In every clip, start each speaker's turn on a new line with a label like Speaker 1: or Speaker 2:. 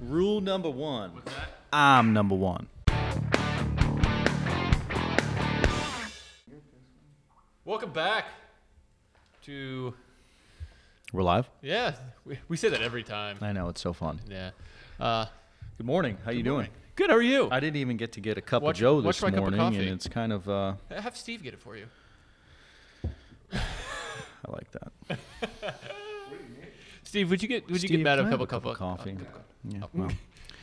Speaker 1: Rule number one. I'm number one.
Speaker 2: Welcome back to
Speaker 1: We're live.
Speaker 2: yeah. We, we say that every time.
Speaker 1: I know it's so fun.
Speaker 2: Yeah. Uh,
Speaker 1: Good morning. How you doing?
Speaker 2: good. How are you?
Speaker 1: I didn't even get to get a cup
Speaker 2: Watch-
Speaker 1: of Joe
Speaker 2: watch
Speaker 1: this
Speaker 2: my cup of
Speaker 1: morning,
Speaker 2: coffee.
Speaker 1: and it's kind of uh,
Speaker 2: Have Steve get it for you.
Speaker 1: I like that.
Speaker 2: Steve, would you get would you
Speaker 1: Steve,
Speaker 2: get mad
Speaker 1: can
Speaker 2: at
Speaker 1: I
Speaker 2: a
Speaker 1: have
Speaker 2: cup of cup of
Speaker 1: coffee?
Speaker 2: uh, cup of-
Speaker 1: Yeah, well,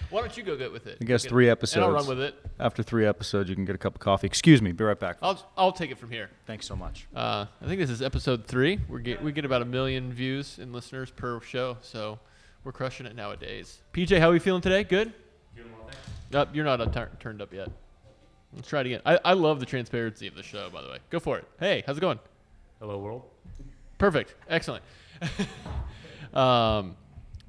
Speaker 2: Why don't you go get with it?
Speaker 1: I guess
Speaker 2: Get-
Speaker 1: three
Speaker 2: And I'll run
Speaker 1: episodes.
Speaker 2: with it.
Speaker 1: after three episodes, you can get a cup of coffee. Excuse me. Be right back.
Speaker 2: I'll I'll take it from here.
Speaker 1: Thanks so much.
Speaker 2: Uh, I think this is episode three. We get we get about a million views and listeners per show, so we're crushing it nowadays. PJ, how are we feeling today? Good. Nope, you're not uh, tur- turned up yet. Let's try it again. I, I love the transparency of the show, by the way. Go for it. Hey, how's it going?
Speaker 3: Hello world.
Speaker 2: Perfect. Excellent. um,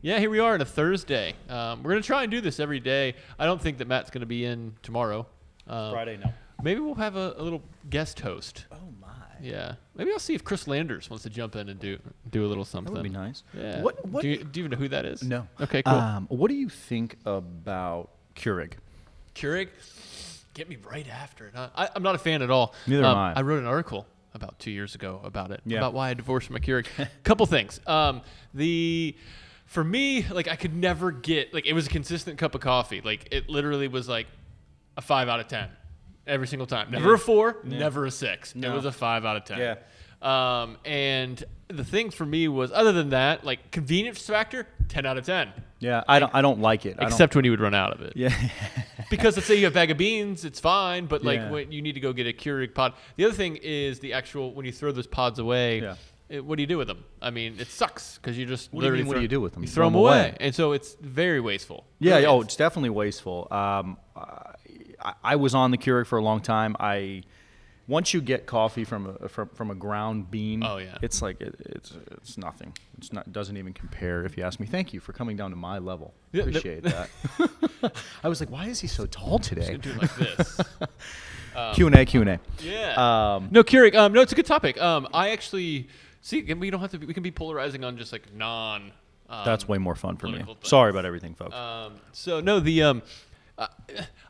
Speaker 2: yeah, here we are on a Thursday. Um, we're gonna try and do this every day. I don't think that Matt's gonna be in tomorrow. Um,
Speaker 1: no.
Speaker 2: Maybe we'll have a, a little guest host.
Speaker 1: Oh my.
Speaker 2: Yeah. Maybe I'll see if Chris Landers wants to jump in and do do a little
Speaker 1: That
Speaker 2: something.
Speaker 1: would be nice.
Speaker 2: Yeah.
Speaker 1: What? What?
Speaker 2: Do, you, do you even know who that is?
Speaker 1: no.
Speaker 2: Okay, cool.
Speaker 1: Um, what do you think about Keurig?
Speaker 2: Keurig, get me right after it. huh? I, I'm not a fan at all.
Speaker 1: Neither am
Speaker 2: Um,
Speaker 1: I.
Speaker 2: I wrote an article about two years ago about it,
Speaker 1: Yeah.
Speaker 2: about why I divorced my Keurig. Couple things. Um, the for me, like I could never get like it was a consistent cup of coffee. Like it literally was like a five out of ten every single time. Never a four, never a six.
Speaker 1: No.
Speaker 2: It was a five out of ten.
Speaker 1: Yeah.
Speaker 2: Um, and the thing for me was other than that, like convenience factor, ten out of ten.
Speaker 1: Yeah, I don't. I don't like it. I don't-
Speaker 2: Except when you would run out of it
Speaker 1: yeah.
Speaker 2: because let's say you have a bag of beans, it's fine, but like
Speaker 1: Yeah.
Speaker 2: when you need to go get a Keurig pod. The other thing is the actual when you throw those pods away.
Speaker 1: Yeah.
Speaker 2: it- what do you do with them? I mean, it sucks because you just
Speaker 1: What do you
Speaker 2: literally
Speaker 1: mean, what
Speaker 2: throw,
Speaker 1: do you do with them?
Speaker 2: You throw them away. and so it's very wasteful.
Speaker 1: Yeah,
Speaker 2: Really
Speaker 1: oh,
Speaker 2: is.
Speaker 1: it's definitely wasteful. Um, I, I was on the Keurig for a long time. I once you get coffee from a from, from a ground bean,
Speaker 2: Oh, yeah.
Speaker 1: it's like it, it's it's nothing. It's not doesn't even compare. If you ask me, thank you for coming down to my level.
Speaker 2: Yeah, the-
Speaker 1: Appreciate that. I was like, why is he so tall today?
Speaker 2: You do it like this.
Speaker 1: Q and A, Q and A. Uh,
Speaker 2: Yeah. no, Keurig. Um, no, it's a good topic. Um, I actually see. again, We don't have to. Be, we can be polarizing on just like non. Um,
Speaker 1: That's way more fun for me.
Speaker 2: political things.
Speaker 1: Sorry about everything, folks.
Speaker 2: Um, so no, the um, uh,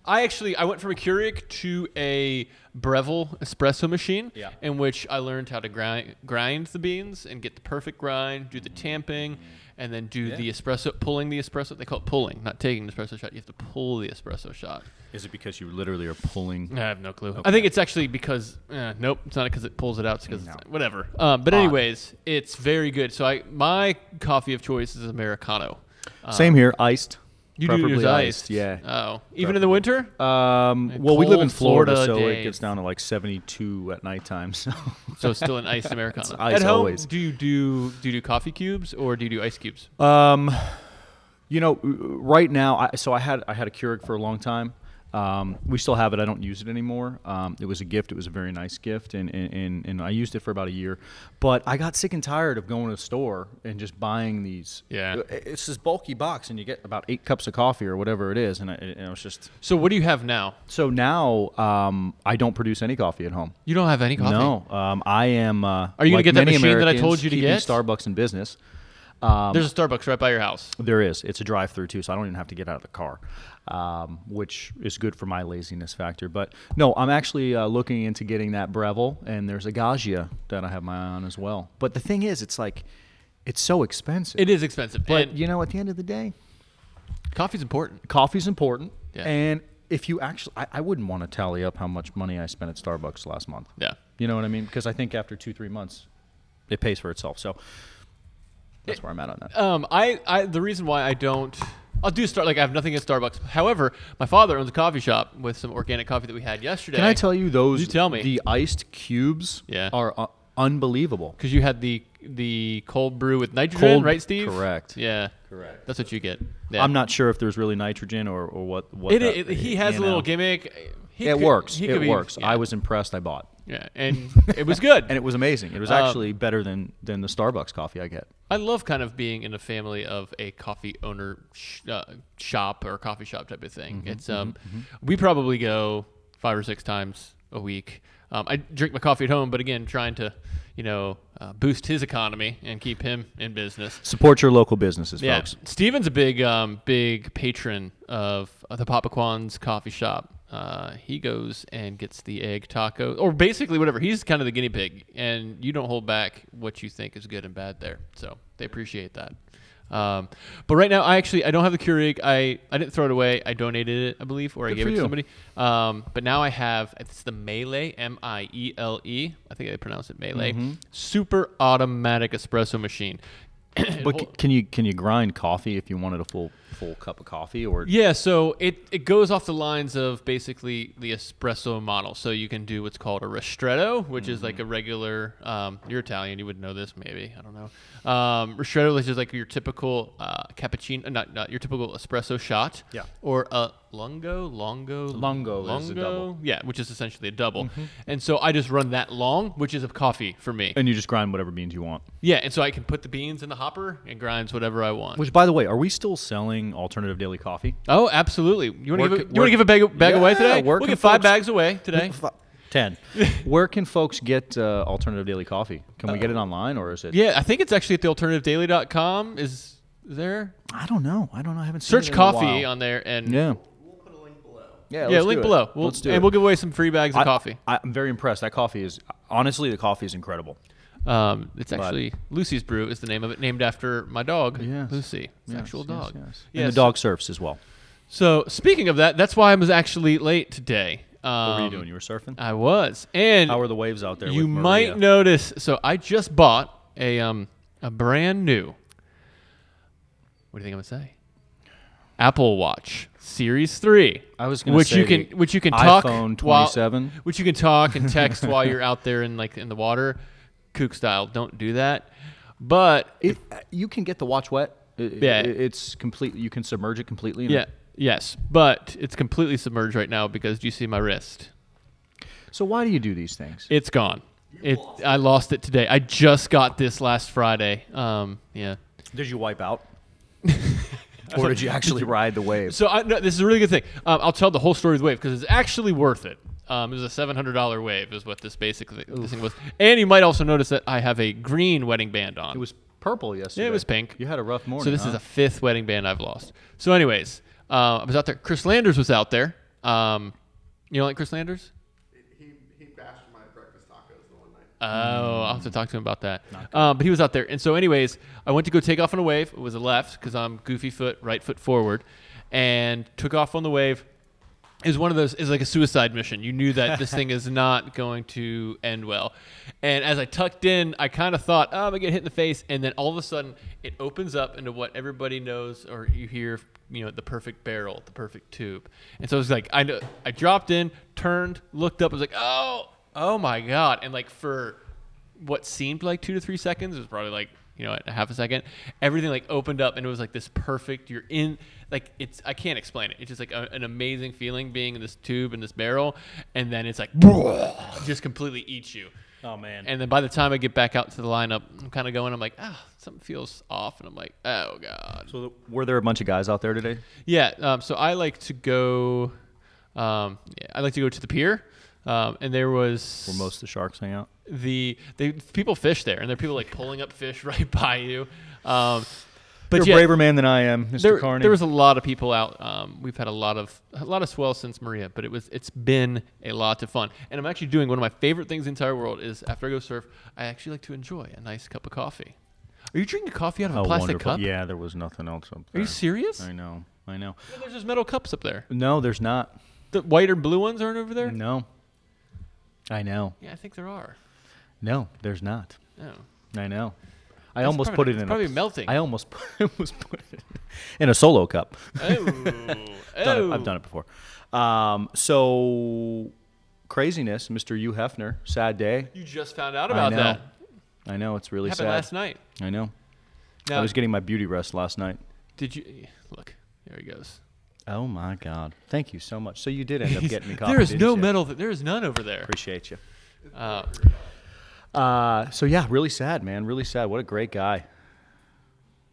Speaker 2: I actually I went from a Keurig to a Breville espresso machine,
Speaker 1: Yeah.
Speaker 2: in which I learned how to grind grind the beans and get the perfect grind, do the tamping, and then do the
Speaker 1: Yeah.
Speaker 2: espresso pulling the espresso. They call it pulling, not taking the espresso shot. You have to pull the espresso shot.
Speaker 1: Is it because you literally are pulling?
Speaker 2: I have no clue. I think it's actually because eh, nope, it's not because it pulls it out. It's because whatever. Um, but
Speaker 1: Odd.
Speaker 2: anyways, it's very good. So I my coffee of choice is americano.
Speaker 1: Same here, iced.
Speaker 2: um, You do
Speaker 1: preferably
Speaker 2: yours iced.
Speaker 1: Yeah.
Speaker 2: Oh, even in the winter?
Speaker 1: Um,
Speaker 2: Like
Speaker 1: well, we live
Speaker 2: cold
Speaker 1: in Florida,
Speaker 2: Florida
Speaker 1: so it
Speaker 2: days.
Speaker 1: gets down to like 72 at nighttime. So
Speaker 2: so it's still an iced americano.
Speaker 1: ice
Speaker 2: At home,
Speaker 1: always.
Speaker 2: do you do do you do coffee cubes or do you do ice cubes?
Speaker 1: Um, you know, uh, right now, I, so I had I had a Keurig for a long time. Um, we still have it. I don't use it anymore. Um, it was a gift. It was a very nice gift, and, and, and, and I used it for about a year. But I got sick and tired of going to the store and just buying these. Uh,
Speaker 2: Yeah.
Speaker 1: it's this bulky box, and you get about eight cups of coffee or whatever it is, and I, and I was just
Speaker 2: So what do you have now?
Speaker 1: so now um, I don't produce any coffee at home.
Speaker 2: You don't have any coffee.
Speaker 1: No, um, I am. Uh,
Speaker 2: Are you gonna
Speaker 1: like
Speaker 2: get that
Speaker 1: many
Speaker 2: machine that I
Speaker 1: Americans,
Speaker 2: told you to
Speaker 1: keeping
Speaker 2: get?
Speaker 1: Starbucks in business.
Speaker 2: There's a Starbucks right by your house.
Speaker 1: There is. It's a drive-through too, so I don't even have to get out of the car, um, which is good for my laziness factor. But no, I'm actually uh, looking into getting that Breville, and there's a Gaggia that I have my eye on as well. But the thing is, it's like, it's so expensive.
Speaker 2: It is expensive,
Speaker 1: but
Speaker 2: and
Speaker 1: you know, at the end of the day,
Speaker 2: coffee's important.
Speaker 1: coffee's important,
Speaker 2: Yeah.
Speaker 1: and if you actually, I, I wouldn't want to tally up how much money I spent at Starbucks last month.
Speaker 2: Yeah.
Speaker 1: You know what I mean? Because I think after two, three months, it pays for itself. So that's where I'm at on that.
Speaker 2: Um, I, I the reason why I don't I'll do start like I have nothing at Starbucks. However, my father owns a coffee shop with some organic coffee that we had yesterday.
Speaker 1: Can I tell you those?
Speaker 2: You tell me.
Speaker 1: The iced cubes
Speaker 2: Yeah.
Speaker 1: are uh, unbelievable.
Speaker 2: Because you had the the cold brew with nitrogen,
Speaker 1: Cold-
Speaker 2: right, Steve?
Speaker 1: correct.
Speaker 2: Yeah.
Speaker 1: Correct.
Speaker 2: That's what you get. Yeah.
Speaker 1: I'm not sure if there's really nitrogen or, or what. what
Speaker 2: It,
Speaker 1: that-
Speaker 2: it, he has
Speaker 1: you
Speaker 2: a little
Speaker 1: know.
Speaker 2: gimmick. He
Speaker 1: It
Speaker 2: could-
Speaker 1: works.
Speaker 2: he
Speaker 1: It
Speaker 2: could be-
Speaker 1: works.
Speaker 2: yeah.
Speaker 1: I was impressed. I bought,
Speaker 2: Yeah, and it was good.
Speaker 1: and it was amazing. It was
Speaker 2: Um,
Speaker 1: actually better than than the Starbucks coffee I get.
Speaker 2: I love kind of being in a family of a coffee owner sh- uh, shop or coffee shop type of thing. it's um, we probably go five or six times a week. Um, I drink my coffee at home, but again, trying to, you know, uh, boost his economy and keep him in business.
Speaker 1: Support your local businesses,
Speaker 2: Yeah,
Speaker 1: folks.
Speaker 2: Steven's a big, um, big patron of uh, the Papa Quan's coffee shop. Uh, he goes and gets the egg taco, or basically whatever. He's kind of the guinea pig, and you don't hold back what you think is good and bad there. So they appreciate that. Um, but right now, I actually I don't have the Keurig. I, I didn't throw it away. I donated it, I believe, or I
Speaker 1: Good
Speaker 2: gave
Speaker 1: for
Speaker 2: it to
Speaker 1: you.
Speaker 2: somebody. Um, but now I have it's the Melee M I E L E. I think they pronounce it Melee.
Speaker 1: Mm-hmm.
Speaker 2: Super automatic espresso machine.
Speaker 1: But c- can you can you grind coffee if you wanted a full full cup of coffee or
Speaker 2: Yeah, so it, it goes off the lines of basically the espresso model. So you can do what's called a ristretto, which is
Speaker 1: Mm-hmm.
Speaker 2: like a regular. Um, you're Italian, you would know this maybe. I don't know. Um, ristretto is just like your typical uh, cappuccino, not not your typical espresso shot.
Speaker 1: Yeah.
Speaker 2: Or a lungo, longo,
Speaker 1: Lungo is a double. Mm-hmm.
Speaker 2: Yeah, which is essentially a double. And so I just run that long, which is a coffee for me.
Speaker 1: and you just grind whatever beans you want.
Speaker 2: yeah, and so I can put the beans in the hopper and grinds whatever I want.
Speaker 1: Which by the way, are we still selling alternative daily coffee?
Speaker 2: Oh, absolutely. You want to
Speaker 1: Work
Speaker 2: give,
Speaker 1: it-
Speaker 2: a- you wanna
Speaker 1: work-
Speaker 2: give a bag, bag away
Speaker 1: Yeah,
Speaker 2: today?
Speaker 1: work
Speaker 2: We'll
Speaker 1: it,
Speaker 2: get five
Speaker 1: folks.
Speaker 2: bags away today.
Speaker 1: Ten. Where can folks get uh, alternative daily coffee? Can we get it online or is it?
Speaker 2: Yeah, I think it's actually at the alternativedaily.com. Is there?
Speaker 1: I don't know. I don't know. I haven't seen
Speaker 2: Search
Speaker 1: it in a
Speaker 2: coffee
Speaker 1: while.
Speaker 2: on there and
Speaker 1: Yeah.
Speaker 3: We'll put a link below.
Speaker 1: Yeah.
Speaker 2: yeah
Speaker 1: let's
Speaker 2: link
Speaker 1: do it.
Speaker 2: below. We'll,
Speaker 1: let's do
Speaker 2: and
Speaker 1: it.
Speaker 2: we'll give away some free bags of
Speaker 1: I-
Speaker 2: coffee.
Speaker 1: I, I'm very impressed. That coffee is honestly the coffee is incredible.
Speaker 2: Um, it's actually Lucy's Brew is the name of it, named after my dog,
Speaker 1: Yes.
Speaker 2: Lucy. It's an
Speaker 1: Yes,
Speaker 2: actual
Speaker 1: yes,
Speaker 2: dog.
Speaker 1: yes.
Speaker 2: Yeah,
Speaker 1: and the
Speaker 2: so-
Speaker 1: dog surfs as well.
Speaker 2: So speaking of that, that's why I was actually late today. Um,
Speaker 1: What were you doing? You were surfing.
Speaker 2: I was, and
Speaker 1: How are the waves out there?
Speaker 2: You
Speaker 1: with Maria?
Speaker 2: might notice. So I just bought a um a brand new. What do you think I'm gonna say? Apple Watch Series Three.
Speaker 1: I was gonna
Speaker 2: which
Speaker 1: say
Speaker 2: you can
Speaker 1: the
Speaker 2: which you can talk
Speaker 1: iPhone
Speaker 2: while-
Speaker 1: 27.
Speaker 2: which you can talk and text while you're out there in like in the water, kook style. Don't do that. But
Speaker 1: It, uh, you can get the watch wet. It-
Speaker 2: Yeah.
Speaker 1: it- it's completely. You can submerge it completely. and
Speaker 2: yeah, yes, but it's completely submerged right now because do you see my wrist?
Speaker 1: So why do you do these things?
Speaker 2: It's gone. It I lost it today. I just got this last Friday. Um, yeah.
Speaker 1: Did you wipe out? or did you actually ride the wave?
Speaker 2: So I, no, this is a really good thing. Um, I'll tell the whole story of the wave because it's actually worth it. Um, it was a seven hundred dollar wave, is what this basically this thing was. And you might also notice that I have a green wedding band on.
Speaker 1: It was purple yesterday.
Speaker 2: Yeah, it was pink.
Speaker 1: You had a rough morning.
Speaker 2: so this is
Speaker 1: huh?
Speaker 2: a fifth wedding band I've lost. So, anyways, uh, I was out there. Chris Landers was out there. Um, you don't like Chris Landers?
Speaker 3: He, he bashed my breakfast tacos the one night.
Speaker 2: Oh, I'll have to talk to him about that. Um, but he was out there, and so, anyways, I went to go take off on a wave. It was a left because I'm goofy foot, right foot forward, and took off on the wave. Is one of those is like a suicide mission. You knew that this thing is not going to end well. And as I tucked in, I kind of thought, oh, I'm gonna get hit in the face, and then all of a sudden, it opens up into what everybody knows or you hear, you know, the perfect barrel, the perfect tube. And so it was like I know I dropped in, turned, looked up, I was like, oh, oh my god! And like for what seemed like two to three seconds it was probably like you know a half a second everything like opened up and it was like this perfect you're in like it's i can't explain it it's just like a, an amazing feeling being in this tube and this barrel and then it's like just completely eats you
Speaker 1: Oh man.
Speaker 2: and then by the time i get back out to the lineup i'm kind of going i'm like ah something feels off and i'm like oh god
Speaker 1: so th- were there a bunch of guys out there today?
Speaker 2: yeah. Um, so I like to go. Um, yeah, I like to go to the pier, um, and there was
Speaker 1: Where most of the sharks hang out?
Speaker 2: the they people fish there, and there are people like pulling up fish right by you. Um, but
Speaker 1: You're
Speaker 2: yeah,
Speaker 1: a braver man than I am, Mr.
Speaker 2: there,
Speaker 1: Carney.
Speaker 2: there was a lot of people out. Um, we've had a lot of a lot of swell since Maria, but it was it's been a lot of fun. And I'm actually doing one of my favorite things in the entire world is after I go surf, I actually like to enjoy a nice cup of coffee. Are you drinking coffee out of a
Speaker 1: oh,
Speaker 2: plastic
Speaker 1: wonderful.
Speaker 2: cup?
Speaker 1: Yeah, there was nothing else up
Speaker 2: Are
Speaker 1: there.
Speaker 2: you serious?
Speaker 1: I know. I know.
Speaker 2: Well, There's just metal cups up there.
Speaker 1: No, there's not.
Speaker 2: The white or blue ones aren't over there.
Speaker 1: No. I know.
Speaker 2: Yeah, I think there are.
Speaker 1: No, there's not.
Speaker 2: Oh.
Speaker 1: I know. I
Speaker 2: That's
Speaker 1: almost
Speaker 2: probably-
Speaker 1: put it
Speaker 2: it's
Speaker 1: in.
Speaker 2: probably
Speaker 1: a,
Speaker 2: melting.
Speaker 1: I almost put, I almost put it in a solo cup.
Speaker 2: Oh.
Speaker 1: Done it- I've done it before. Um, so craziness, Mr. Hugh Hefner. Sad day.
Speaker 2: You just found out about
Speaker 1: I know.
Speaker 2: that.
Speaker 1: I know. It's really
Speaker 2: happened
Speaker 1: sad.
Speaker 2: last night.
Speaker 1: I know.
Speaker 2: Now,
Speaker 1: I was getting my beauty rest last night.
Speaker 2: did you look? There he goes.
Speaker 1: Oh my God! Thank you so much. So you did end up getting me coffee.
Speaker 2: there is
Speaker 1: didn't
Speaker 2: no
Speaker 1: you?
Speaker 2: metal. There is none over there.
Speaker 1: Appreciate you.
Speaker 2: Uh,
Speaker 1: Uh, so yeah, really sad, man. Really sad. What a great guy.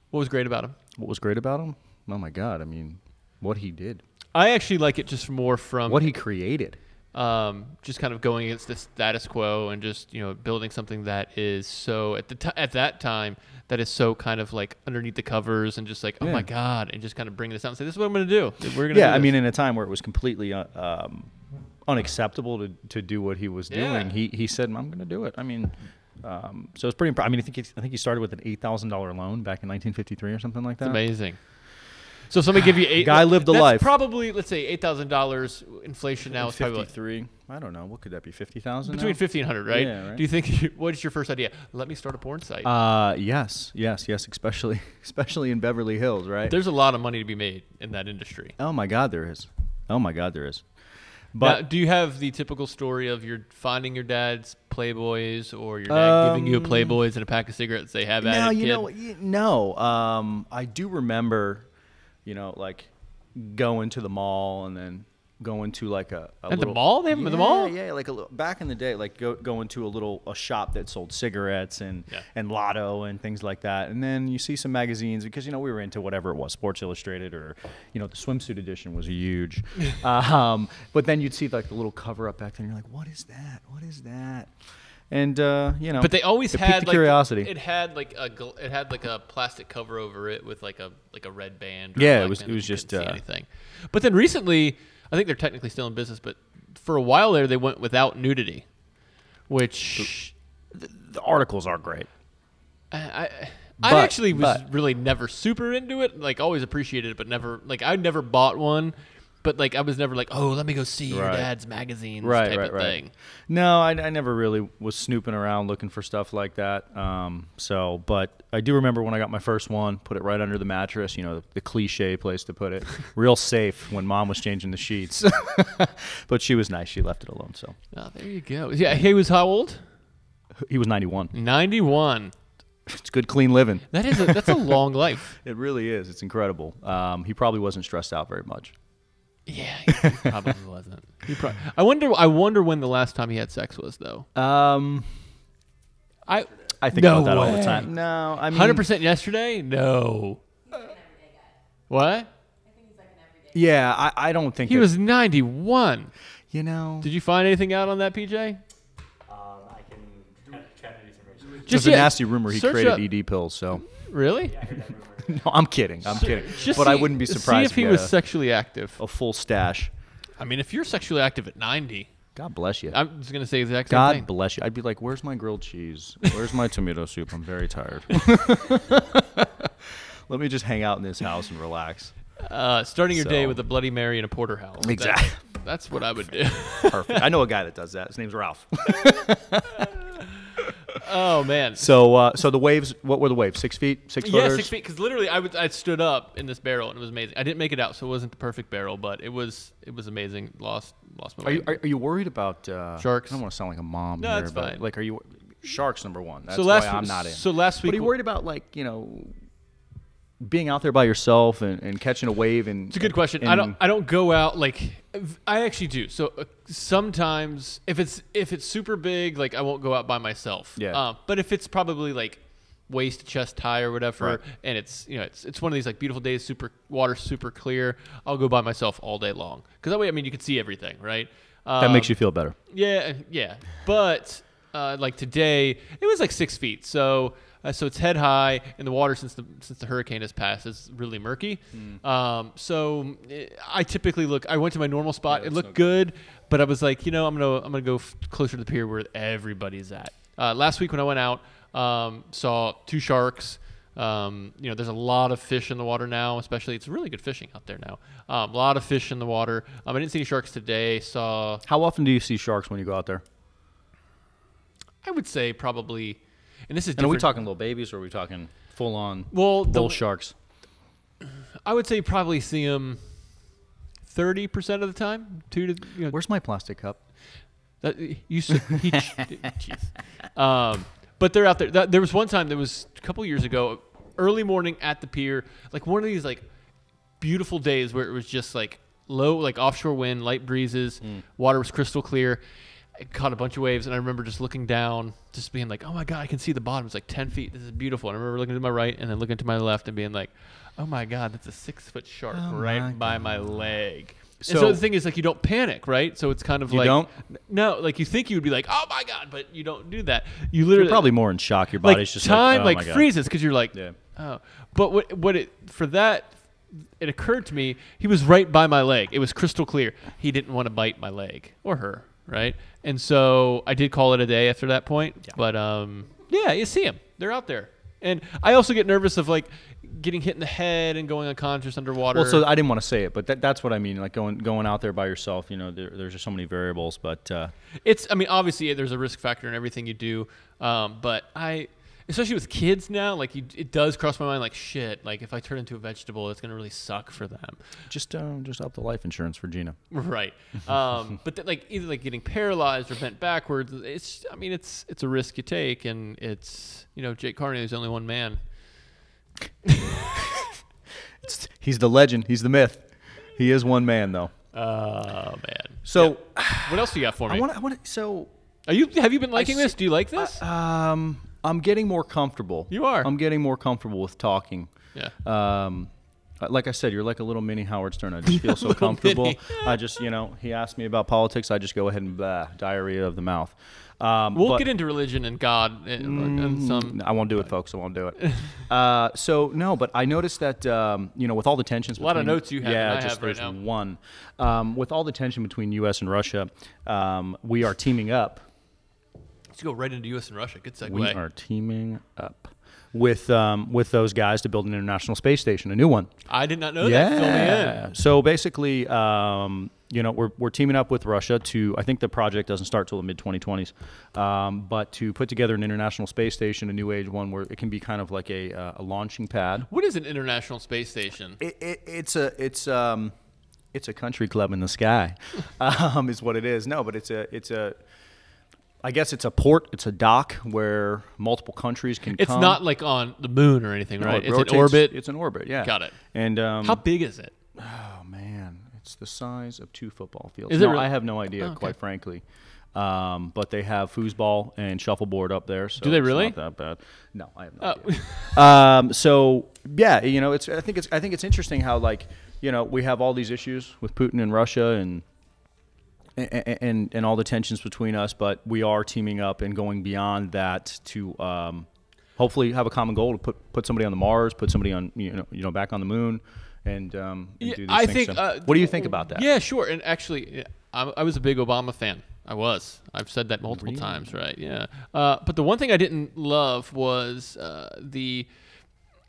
Speaker 2: what was great about him?
Speaker 1: What was great about him? Oh my God! I mean, what he did,
Speaker 2: I actually like it just more from
Speaker 1: what he created.
Speaker 2: um, just kind of going against the status quo and just you know building something that is so at the t- at that time that is so kind of like underneath the covers and just like oh
Speaker 1: Yeah.
Speaker 2: my god and just kind of bringing this out and say this is what I'm gonna do. We're gonna
Speaker 1: yeah,
Speaker 2: do
Speaker 1: I
Speaker 2: this."
Speaker 1: mean, in a time where it was completely uh, um, unacceptable to, to do what he was
Speaker 2: Yeah.
Speaker 1: doing, he he said, "I'm going to do it." I mean, um, so it's pretty. Imp- I mean, I think it's, I think he started with an eight thousand dollar loan back in 1953 or something like
Speaker 2: It's
Speaker 1: that.
Speaker 2: amazing. So if somebody give you eight.
Speaker 1: Guy lived a
Speaker 2: that's
Speaker 1: life.
Speaker 2: Probably let's say eight thousand dollars. Inflation now is probably like
Speaker 1: 53. I don't know. What could that be? Fifty thousand.
Speaker 2: between fifteen hundred, right?
Speaker 1: Yeah, right.
Speaker 2: Do you think? you- What's your first idea? Let me start a porn site.
Speaker 1: Uh, yes, yes, yes. Especially especially in Beverly Hills, right?
Speaker 2: There's a lot of money to be made in that industry.
Speaker 1: oh my God, there is. Oh my God, there is. But
Speaker 2: But do you have the typical story of your finding your dad's Playboys or your dad giving you a
Speaker 1: Um,
Speaker 2: Playboys and a pack of cigarettes? They have at
Speaker 1: no,
Speaker 2: it,
Speaker 1: you
Speaker 2: kid?
Speaker 1: know, you, no. Um, I do remember, you know, like going to the mall and then going to like a, a
Speaker 2: At the
Speaker 1: little-
Speaker 2: mall? They have
Speaker 1: yeah,
Speaker 2: them at the mall?
Speaker 1: Yeah, like a little, back in the day, like go, going to a little a shop that sold cigarettes and
Speaker 2: Yeah.
Speaker 1: and Lotto and things like that, and then you see some magazines because you know we were into whatever it was, Sports Illustrated or you know the swimsuit edition was huge. um, but then you'd see like the little cover up back then, and you're like, what is that? What is that? And uh, you know,
Speaker 2: But they always
Speaker 1: it piqued
Speaker 2: had
Speaker 1: the
Speaker 2: like
Speaker 1: curiosity.
Speaker 2: It had like a gl- it had like a plastic cover over it with like a like a red band. a
Speaker 1: Yeah, it
Speaker 2: black
Speaker 1: was-
Speaker 2: band
Speaker 1: it
Speaker 2: that
Speaker 1: was
Speaker 2: you
Speaker 1: just,
Speaker 2: couldn't see
Speaker 1: uh,
Speaker 2: anything. But then recently, I think they're technically still in business, but for a while there, they went without nudity, which
Speaker 1: the articles are great.
Speaker 2: I. I I
Speaker 1: But-
Speaker 2: actually was
Speaker 1: but-
Speaker 2: really never super into it. Like always appreciated it, but never like I never bought one. But like I was never like, oh, let me go see your
Speaker 1: Right.
Speaker 2: dad's magazines type of thing.
Speaker 1: No, I, I never really was snooping around looking for stuff like that. Um, so, but I do remember when I got my first one, put it right under the mattress. You know, the, cliche place to put it, real safe when mom was changing the sheets. but she was nice; she left it alone. So
Speaker 2: Oh, there you go. Yeah, he was how old?
Speaker 1: he was ninety-one.
Speaker 2: Ninety one.
Speaker 1: It's good, clean living.
Speaker 2: That is a, that's a long life.
Speaker 1: It really is. It's incredible. Um, he probably wasn't stressed out very much.
Speaker 2: Yeah, he probably wasn't. He prob- I wonder. I wonder when the last time he had sex was though.
Speaker 1: Um,
Speaker 2: I
Speaker 1: I think
Speaker 2: No
Speaker 1: about that all
Speaker 2: way.
Speaker 1: the time. No, I mean,
Speaker 2: hundred percent yesterday. No. What?
Speaker 1: Yeah, I, I don't think
Speaker 2: He
Speaker 1: it-
Speaker 2: was ninety one.
Speaker 1: You know,
Speaker 2: Did you find anything out on that, PJ?
Speaker 4: Um, I can check that information.
Speaker 1: there's a
Speaker 2: yet.
Speaker 1: nasty rumor he
Speaker 2: Search
Speaker 1: created
Speaker 2: up-
Speaker 1: ED pills. So.
Speaker 2: Really?
Speaker 4: I heard that rumor.
Speaker 1: No, I'm kidding. I'm kidding.
Speaker 2: Just
Speaker 1: but I
Speaker 2: see-
Speaker 1: wouldn't be
Speaker 2: see
Speaker 1: surprised
Speaker 2: if he
Speaker 1: had
Speaker 2: was
Speaker 1: a,
Speaker 2: sexually active.
Speaker 1: a full stash.
Speaker 2: I mean, if you're sexually active at ninety,
Speaker 1: God bless you.
Speaker 2: I'm just gonna say the exact same
Speaker 1: God
Speaker 2: thing.
Speaker 1: bless you. I'd be like, "Where's my grilled cheese? Where's my tomato soup? I'm very tired. Let me just hang out in this house and relax."
Speaker 2: Uh, starting your day
Speaker 1: So-
Speaker 2: with a Bloody Mary and a porterhouse.
Speaker 1: Exact-
Speaker 2: That- that's what I would do.
Speaker 1: Perfect. I know a guy that does that. His name's Ralph.
Speaker 2: oh man.
Speaker 1: so, uh, so the waves. What were the waves? Six feet. Six
Speaker 2: Yeah,
Speaker 1: footers?
Speaker 2: six feet. Because literally, I would I stood up in this barrel and it was amazing. I didn't make it out, so it wasn't the perfect barrel, but it was it was amazing. Lost lost my
Speaker 1: Are you
Speaker 2: weight.
Speaker 1: are, are you worried about uh,
Speaker 2: Sharks.
Speaker 1: I don't want to sound like a mom.
Speaker 2: No,
Speaker 1: here,
Speaker 2: it's
Speaker 1: but,
Speaker 2: fine.
Speaker 1: Like, are you sharks? Number one. That's
Speaker 2: so last
Speaker 1: why I'm not in.
Speaker 2: so last week
Speaker 1: But are you worried about like you know being out there by yourself and, and catching a wave and
Speaker 2: It's a good question. I don't I don't go out like I actually do. So uh, sometimes if it's if it's super big, like I won't go out by myself.
Speaker 1: Yeah.
Speaker 2: Uh, but if it's probably like waist to chest high or whatever,
Speaker 1: Right.
Speaker 2: and it's you know it's it's one of these like beautiful days, super water super clear. I'll go by myself all day long because that way I mean you can see everything, right?
Speaker 1: that
Speaker 2: Um,
Speaker 1: makes you feel better.
Speaker 2: Yeah, yeah. But uh, like today, it was like six feet. So uh, so it's head high, and the water since the since the hurricane has passed is really murky. Um, so eh, I typically look. I went to my normal spot. it looked good, but I was like, you know, I'm gonna I'm gonna go f- closer to the pier where everybody's at. Uh, last week when I went out, um, saw two sharks. Um, you know, there's a lot of fish in the water now, especially it's really good fishing out there now. Um, a lot of fish in the water. Um, I didn't see any sharks today. Saw
Speaker 1: How often do you see sharks when you go out there?
Speaker 2: I would say probably, and this is
Speaker 1: And
Speaker 2: different.
Speaker 1: are we talking little babies or are we talking full on
Speaker 2: Well, the,
Speaker 1: bull sharks?
Speaker 2: I would say probably see them thirty percent of the time. Two to you know,
Speaker 1: Where's my plastic cup?
Speaker 2: that, you s- he, jeez. Um, but they're out there. That, there was one time that was a couple years ago, early morning at the pier, like one of these like beautiful days where it was just like low, like offshore wind, light breezes, water was crystal clear. I caught a bunch of waves, and I remember just looking down, just being like, "Oh my god, I can see the bottom. It's like ten feet. This is beautiful." And I remember looking to my right, and then looking to my left, and being like, "Oh my god, that's a six foot shark
Speaker 1: Oh
Speaker 2: right
Speaker 1: my
Speaker 2: by my leg." And so, the thing is, like, you don't panic, right? So it's kind of
Speaker 1: You
Speaker 2: like
Speaker 1: don't?
Speaker 2: No, like you think you would be like, oh my god, but you don't do that. You
Speaker 1: you're
Speaker 2: literally
Speaker 1: probably more in shock. Your
Speaker 2: like
Speaker 1: body's just
Speaker 2: time
Speaker 1: like, oh my God.
Speaker 2: freezes because you're like,
Speaker 1: Yeah.
Speaker 2: oh. But what what it for that? It occurred to me he was right by my leg. It was crystal clear. He didn't want to bite my leg or her, right? And so I did call it a day after that point. But um, yeah, you see him. They're out there, and I also get nervous of like getting hit in the head and going unconscious underwater.
Speaker 1: Well, so I didn't want to say it, but that, that's what I mean. Like going going out there by yourself, you know, there, there's just so many variables. But uh,
Speaker 2: It's, I mean, obviously there's a risk factor in everything you do, um, but I, especially with kids now, like you, it does cross my mind, like shit, like if I turn into a vegetable, it's gonna really suck for them,
Speaker 1: just um, just up the life insurance for Gina.
Speaker 2: right? Um, but then, like either like getting paralyzed or bent backwards, it's, I mean, it's it's a risk you take, and it's you know Jake Carney is only one man.
Speaker 1: It's, he's the legend. He's the myth. He is one man though.
Speaker 2: Oh man,
Speaker 1: So
Speaker 2: what else do you got for me?
Speaker 1: I want I want to. So
Speaker 2: Are you have you been liking
Speaker 1: see-
Speaker 2: this? Do you like this?
Speaker 1: um, I'm getting more comfortable.
Speaker 2: You are.
Speaker 1: I'm getting more comfortable with talking.
Speaker 2: yeah.
Speaker 1: um, uh, like I said, you're like a little mini Howard Stern. I just feel so comfortable.
Speaker 2: mini.
Speaker 1: I just, you know, he asked me about politics. I just go ahead and blah, diarrhea of the mouth. Um,
Speaker 2: We'll
Speaker 1: but- mm,
Speaker 2: get into religion and God and, and some.
Speaker 1: I won't do it, folks. I won't do it. Uh, so no, but I noticed that um, you know, with all the tensions, a
Speaker 2: lot of notes you have
Speaker 1: Yeah,
Speaker 2: and I
Speaker 1: just
Speaker 2: have right
Speaker 1: there's
Speaker 2: now.
Speaker 1: one. Um, with all the tension between U.S. and Russia, um, we are teaming up.
Speaker 2: Let's go right into U.S. and Russia. Good segue.
Speaker 1: We are teaming up with um, with those guys to build an international space station, a new one.
Speaker 2: I did not know that. Fill me in.
Speaker 1: Yeah. So basically, um, you know, we're, we're teaming up with Russia to, I think the project doesn't start till the mid 2020s, um, but to put together an international space station, a new age one where it can be kind of like a, uh, a launching pad.
Speaker 2: What is an international space station?
Speaker 1: It, it, it's a, it's, um, it's a country club in the sky, um, is what it is. No, but it's a, it's a, I guess it's a port, it's a dock where multiple countries can
Speaker 2: It's
Speaker 1: come.
Speaker 2: not like on the moon or anything,
Speaker 1: No,
Speaker 2: right?
Speaker 1: it
Speaker 2: it's
Speaker 1: rotates-
Speaker 2: an orbit.
Speaker 1: It's an orbit, yeah.
Speaker 2: Got it.
Speaker 1: And um,
Speaker 2: How big is it?
Speaker 1: Oh man, it's the size of two football fields.
Speaker 2: Is it
Speaker 1: no,
Speaker 2: really?
Speaker 1: I have no idea,
Speaker 2: Oh, okay.
Speaker 1: quite frankly. Um, but they have foosball and shuffleboard up there. So
Speaker 2: Do they
Speaker 1: it's
Speaker 2: really?
Speaker 1: Not that bad. No, I have no
Speaker 2: Oh.
Speaker 1: idea. Um, so yeah, you know, it's. I think it's. I think it's interesting how like you know we have all these issues with Putin and Russia and. And, and and all the tensions between us, but we are teaming up and going beyond that to um, hopefully have a common goal to put, put somebody on the Mars, put somebody on you know you know back on the moon, and, um, and
Speaker 2: Yeah,
Speaker 1: do these
Speaker 2: I
Speaker 1: things.
Speaker 2: think.
Speaker 1: So
Speaker 2: uh,
Speaker 1: what do you think about that?
Speaker 2: Yeah, sure. And actually, yeah, I, I was a big Obama fan. I was. I've said that multiple times, right? Yeah. Uh, but the one thing I didn't love was uh, the.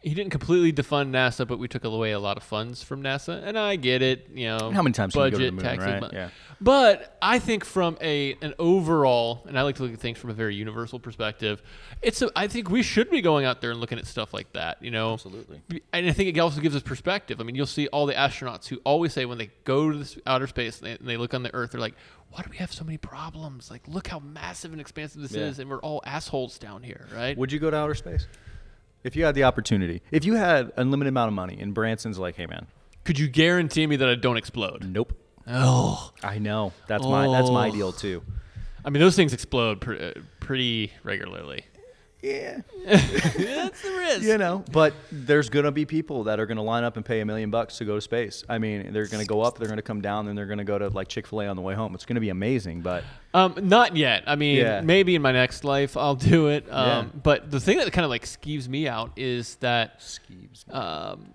Speaker 2: He didn't completely defund NASA, but we took away a lot of funds from NASA, and I get it. You know,
Speaker 1: How many times can you go
Speaker 2: budget,
Speaker 1: to the moon,
Speaker 2: taxes,
Speaker 1: right?
Speaker 2: mon-
Speaker 1: Yeah.
Speaker 2: But I think from a an overall, and I like to look at things from a very universal perspective. It's a, I think we should be going out there and looking at stuff like that. You know,
Speaker 1: Absolutely.
Speaker 2: And I think it also gives us perspective. I mean, you'll see all the astronauts who always say when they go to this outer space and they, and they look on the Earth, they're like, "Why do we have so many problems? Like, look how massive and expansive this
Speaker 1: Yeah.
Speaker 2: is, and we're all assholes down here, right?"
Speaker 1: Would you go to outer space if you had the opportunity? If you had unlimited amount of money, and Branson's like, "Hey, man,
Speaker 2: Could you guarantee me that I don't explode?
Speaker 1: nope."
Speaker 2: Oh,
Speaker 1: I know that's my that's my
Speaker 2: Oh.
Speaker 1: deal too.
Speaker 2: I mean, those things explode pr- uh, pretty regularly.
Speaker 1: Yeah,
Speaker 2: That's the risk.
Speaker 1: you know, but there's gonna be people that are gonna line up and pay a million bucks to go to space. I mean, they're gonna go up, they're gonna come down, then they're gonna go to like Chick Fil A on the way home. It's gonna be amazing, but
Speaker 2: Um, not yet. I mean,
Speaker 1: Yeah.
Speaker 2: maybe in my next life I'll do it. Um,
Speaker 1: Yeah.
Speaker 2: But the thing that kind of like skeeves me out is that
Speaker 1: schemes.
Speaker 2: um,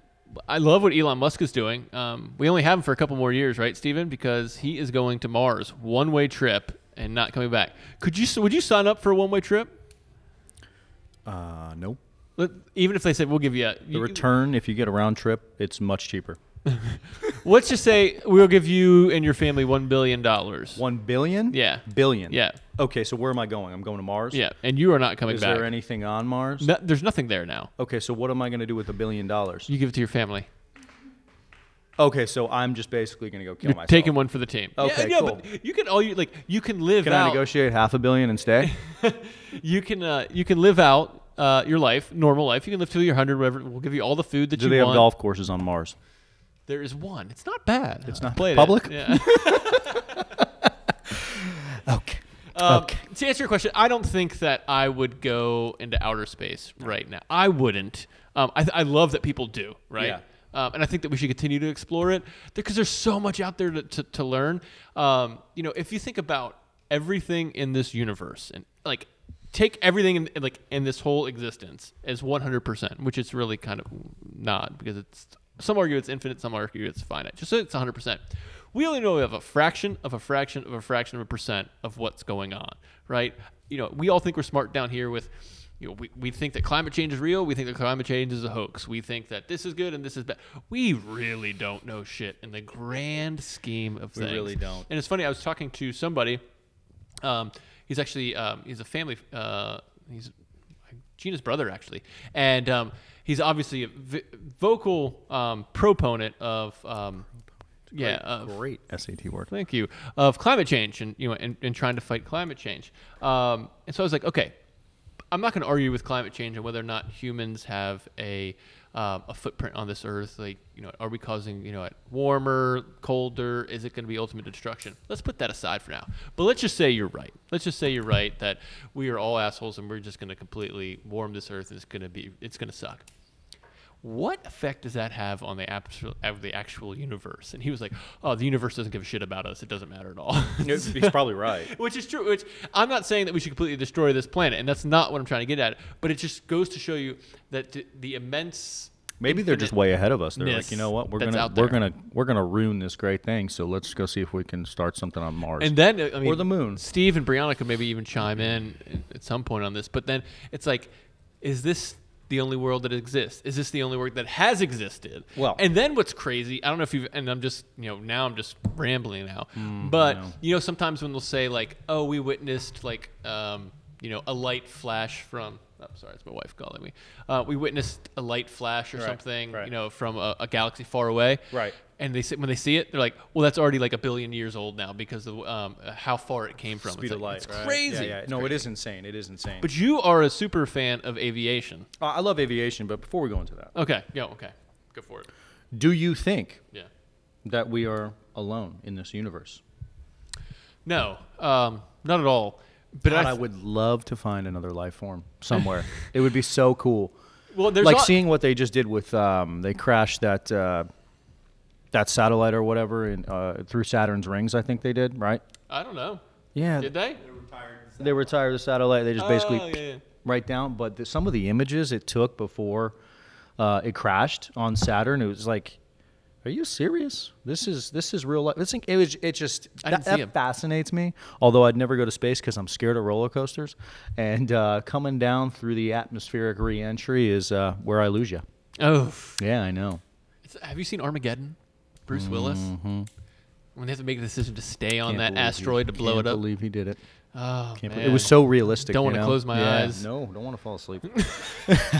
Speaker 2: I love what Elon Musk is doing. Um, we only have him for a couple more years, right, Steven? Because he is going to Mars, one way trip, and not coming back. Could you? Would you sign up for a one way trip?
Speaker 1: Uh, nope.
Speaker 2: Let- Even if they said we'll give you a
Speaker 1: The return, if you get a round trip, it's much cheaper.
Speaker 2: let's just say we'll give you and your family one billion dollars.
Speaker 1: One billion.
Speaker 2: Yeah.
Speaker 1: Billion.
Speaker 2: Yeah.
Speaker 1: Okay, so where am I going? I'm going to Mars.
Speaker 2: Yeah, and you are not coming
Speaker 1: Is
Speaker 2: back.
Speaker 1: there anything on Mars?
Speaker 2: No- there's nothing there now.
Speaker 1: Okay, so what am I going to do with a billion dollars?
Speaker 2: You give it to your family.
Speaker 1: Oh, Okay, so I'm just basically going to go kill
Speaker 2: You're
Speaker 1: myself.
Speaker 2: taking one for the team.
Speaker 1: Okay,
Speaker 2: yeah, yeah,
Speaker 1: cool.
Speaker 2: but you can all you like you can live
Speaker 1: Can I
Speaker 2: out.
Speaker 1: negotiate half a billion and stay?
Speaker 2: You can uh, you can live out uh, your life, normal life. You can live till you're hundred, whatever. We'll give you all the food that
Speaker 1: Do
Speaker 2: you
Speaker 1: they have
Speaker 2: want.
Speaker 1: golf courses on Mars?
Speaker 2: There is one. It's not bad.
Speaker 1: It's
Speaker 2: I
Speaker 1: not
Speaker 2: played it.
Speaker 1: public?
Speaker 2: Yeah.
Speaker 1: Okay.
Speaker 2: Um,
Speaker 1: Okay.
Speaker 2: To answer your question, I don't think that I would go into outer space right now. I wouldn't. Um, I, I love that people do, right?
Speaker 1: Yeah.
Speaker 2: Um, and I think that we should continue to explore it because there's so much out there to, to, to learn. Um, you know, if you think about everything in this universe and like take everything in, in, like in this whole existence as 100% which it's really kind of not because it's some argue it's infinite some argue it's finite just so it's 100% we only know we have a fraction of a fraction of a fraction of a percent of what's going on right you know we all think we're smart down here with you know, we, we think that climate change is real. We think that climate change is a hoax. We think that this is good and this is bad. We really don't know shit in the grand scheme of
Speaker 1: We
Speaker 2: things.
Speaker 1: really don't.
Speaker 2: And it's funny. I was talking to somebody. Um, he's actually um, he's a family. Uh, he's Gina's brother actually, and um, he's obviously a v- vocal um, proponent of um, yeah of,
Speaker 1: Great SAT word.
Speaker 2: Thank you. Of climate change and you know and, and trying to fight climate change. Um, and so I was like, okay, I'm not going to argue with climate change and whether or not humans have a um, a footprint on this earth. Like, you know, are we causing you know it warmer, colder? Is it going to be ultimate destruction? Let's put that aside for now. But let's just say you're right. Let's just say you're right that we are all assholes and we're just going to completely warm this earth and it's going to be it's going to suck what effect does that have on the actual, of the actual universe? And he was like, oh, the universe doesn't give a shit about us. It doesn't matter at all.
Speaker 1: He's probably right.
Speaker 2: which is true. Which I'm not saying that we should completely destroy this planet, and that's not what I'm trying to get at. But it just goes to show you that the, the immense.
Speaker 1: Maybe they're just
Speaker 2: infinite-
Speaker 1: way ahead of us. They're
Speaker 2: Yes,
Speaker 1: like, you know what? We're
Speaker 2: that's
Speaker 1: gonna
Speaker 2: out
Speaker 1: we're
Speaker 2: there.
Speaker 1: gonna we're gonna ruin this great thing. So let's go see if we can start something on Mars.
Speaker 2: And then I mean,
Speaker 1: the moon.
Speaker 2: Steve and Brianna could maybe even chime in at some point on this. But then it's like, is this the only world that exists? Is this the only world that has existed?
Speaker 1: Well-
Speaker 2: and then what's crazy? I don't know if you've and I'm just you know now I'm just rambling now.
Speaker 1: Mm,
Speaker 2: but you know sometimes when they'll say like, oh, we witnessed like um, you know a light flash from. Oh, sorry, it's my wife calling me. Uh, we witnessed a light flash or
Speaker 1: Right,
Speaker 2: something,
Speaker 1: right.
Speaker 2: you know, from a, a galaxy far away.
Speaker 1: Right.
Speaker 2: And they say, when they see it, they're like, "Well, that's already like a billion years old now because of um, how far it came from."
Speaker 1: speed
Speaker 2: it's
Speaker 1: of
Speaker 2: like-
Speaker 1: light.
Speaker 2: It's
Speaker 1: right?
Speaker 2: crazy.
Speaker 1: Yeah, yeah. No, it is insane. It is insane.
Speaker 2: But you are a super fan of aviation.
Speaker 1: Uh, I love aviation. But before we go into that,
Speaker 2: Okay. Yeah. Okay. Go for it.
Speaker 1: do you think
Speaker 2: Yeah.
Speaker 1: that we are alone in this universe?
Speaker 2: No, um, not at all. But
Speaker 1: God,
Speaker 2: I,
Speaker 1: I would love to find another life form somewhere. it would be so cool.
Speaker 2: well, there's
Speaker 1: like
Speaker 2: al-
Speaker 1: seeing what they just did with um, they crashed that uh, that satellite or whatever in, uh, through Saturn's rings. I think they did right.
Speaker 2: I don't know.
Speaker 1: Yeah,
Speaker 2: Did they?
Speaker 1: they retired the satellite. They just basically
Speaker 2: Oh, yeah, yeah.
Speaker 1: right down. But the, some of the images it took before uh, it crashed on Saturn, it was like, "Are you serious? This is this is real life." It's, like- it was it just
Speaker 2: I
Speaker 1: that,
Speaker 2: didn't see
Speaker 1: that
Speaker 2: him.
Speaker 1: fascinates me. Although I'd never go to space because I'm scared of roller coasters, and uh, coming down through the atmospheric reentry is uh, where I lose you.
Speaker 2: Oh,
Speaker 1: Yeah, I know.
Speaker 2: It's- have you seen Armageddon? Bruce Willis. When they have to make a decision to stay on
Speaker 1: Mm-hmm. Can't
Speaker 2: that
Speaker 1: believe he-
Speaker 2: asteroid to blow
Speaker 1: can't
Speaker 2: it up.
Speaker 1: Believe he did it.
Speaker 2: oh,
Speaker 1: Can't
Speaker 2: man.
Speaker 1: believe, it was so realistic.
Speaker 2: Don't
Speaker 1: you
Speaker 2: wanna
Speaker 1: know?
Speaker 2: close my
Speaker 1: Yeah,
Speaker 2: eyes.
Speaker 1: No, don't want to fall asleep.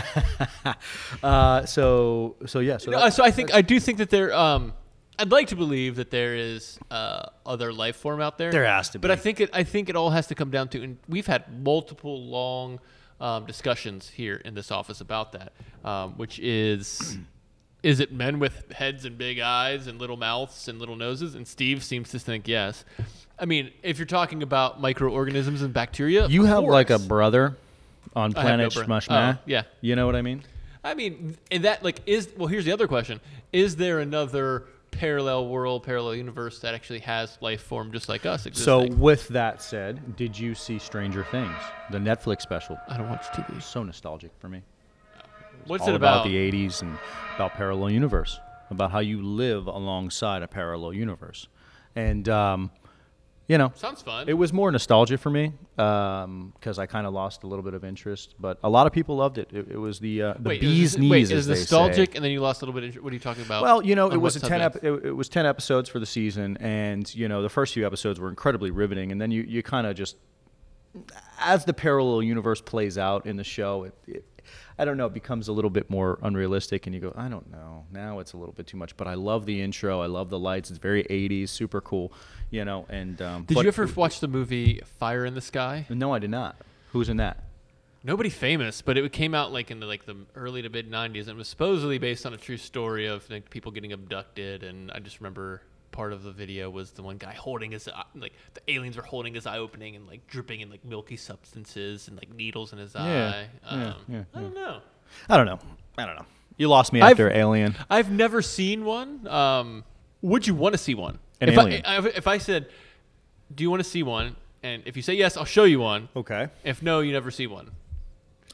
Speaker 1: uh, so so yeah. So
Speaker 2: No,
Speaker 1: that-
Speaker 2: so I think I do think that there. Um, I'd like to believe that there is uh, other life form out there.
Speaker 1: There has to
Speaker 2: But I
Speaker 1: be.
Speaker 2: think it. I think it all has to come down to. And we've had multiple long um, discussions here in this office about that, um, which is. Is it men with heads and big eyes and little mouths and little noses? And Steve seems to think yes. I mean, if you're talking about microorganisms and bacteria, of
Speaker 1: You have like a
Speaker 2: course.
Speaker 1: brother on
Speaker 2: I have no
Speaker 1: planet
Speaker 2: brother.
Speaker 1: Shmush
Speaker 2: Oh,
Speaker 1: Mah?
Speaker 2: yeah.
Speaker 1: You know what I mean?
Speaker 2: I mean, and that like is well. Here's the other question: Is there another parallel world, parallel universe that actually has life form just like us
Speaker 1: So,
Speaker 2: existing?
Speaker 1: with that said, did you see Stranger Things, the Netflix special?
Speaker 2: I don't watch TV.
Speaker 1: So nostalgic for me.
Speaker 2: What's
Speaker 1: All
Speaker 2: it about?
Speaker 1: the 80s and about parallel universe, about how you live alongside a parallel universe. And, um, you know,
Speaker 2: Sounds fun.
Speaker 1: it was more nostalgia for me because I kind of lost a little bit of interest, but a lot of people loved it. It, it was the, uh, the
Speaker 2: wait,
Speaker 1: bee's
Speaker 2: is,
Speaker 1: knees.
Speaker 2: Wait,
Speaker 1: as
Speaker 2: is
Speaker 1: they say.
Speaker 2: nostalgic, and then you lost a little bit. Of, inter- what are you talking about?
Speaker 1: Well, you know,
Speaker 2: On
Speaker 1: it was a
Speaker 2: what
Speaker 1: ten ep-
Speaker 2: subject?
Speaker 1: it, it was ten episodes for the season, and you know, the first few episodes were incredibly riveting, and then you you kind of just as the parallel universe plays out in the show, it, it, I don't know, it becomes a little bit more unrealistic, and you go, I don't know, now it's a little bit too much. But I love the intro, I love the lights, it's very '80s, super cool, you know. And um,
Speaker 2: Did
Speaker 1: but-
Speaker 2: you ever watch the movie Fire in the Sky?
Speaker 1: No, I did not. Who's in that?
Speaker 2: Nobody famous, but it came out like in the like the early to mid '90s, and it was supposedly based on a true story of like people getting abducted. And I just remember part of the video was the one guy holding his eye, like the aliens were holding his eye opening and like dripping in like milky substances and like needles in his
Speaker 1: Yeah,
Speaker 2: eye.
Speaker 1: yeah,
Speaker 2: um,
Speaker 1: yeah,
Speaker 2: I don't know.
Speaker 1: I don't know. I don't know. You lost me
Speaker 2: I've-
Speaker 1: after Alien.
Speaker 2: I've never seen one. Um, would you want to see one?
Speaker 1: An
Speaker 2: if
Speaker 1: alien.
Speaker 2: I, I, if I said, "Do you want to see one?" and if you say yes, I'll show you one.
Speaker 1: Okay.
Speaker 2: If no, you never see one.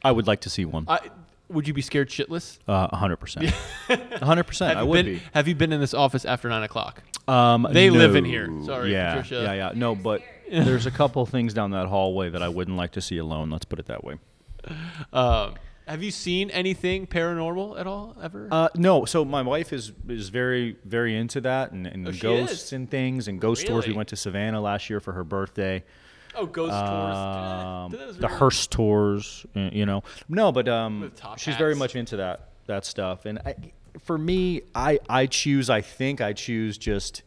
Speaker 1: I would like to see one.
Speaker 2: I, would you be scared shitless?
Speaker 1: Uh, 100%. 100%. I
Speaker 2: you
Speaker 1: would
Speaker 2: been,
Speaker 1: be.
Speaker 2: Have you been in this office after nine o'clock?
Speaker 1: Um,
Speaker 2: They live in
Speaker 1: no.
Speaker 2: here. Sorry,
Speaker 1: yeah,
Speaker 2: Patricia.
Speaker 1: Yeah, yeah. No, but there's a couple things down that hallway that I wouldn't like to see alone. Let's put it that way.
Speaker 2: Um, have you seen anything paranormal at all ever?
Speaker 1: Uh, no, so my wife is is very very into that and, and
Speaker 2: Oh, she
Speaker 1: ghosts
Speaker 2: is?
Speaker 1: and things and ghost tours. We
Speaker 2: Really?
Speaker 1: went to Savannah last year for her birthday.
Speaker 2: oh, ghost
Speaker 1: Um,
Speaker 2: tours. Dude, those
Speaker 1: the
Speaker 2: were-
Speaker 1: hearse tours, y- you know. No, but um,
Speaker 2: With top
Speaker 1: she's very
Speaker 2: hats.
Speaker 1: much into that that stuff. And I, for me, I I choose. I think I choose just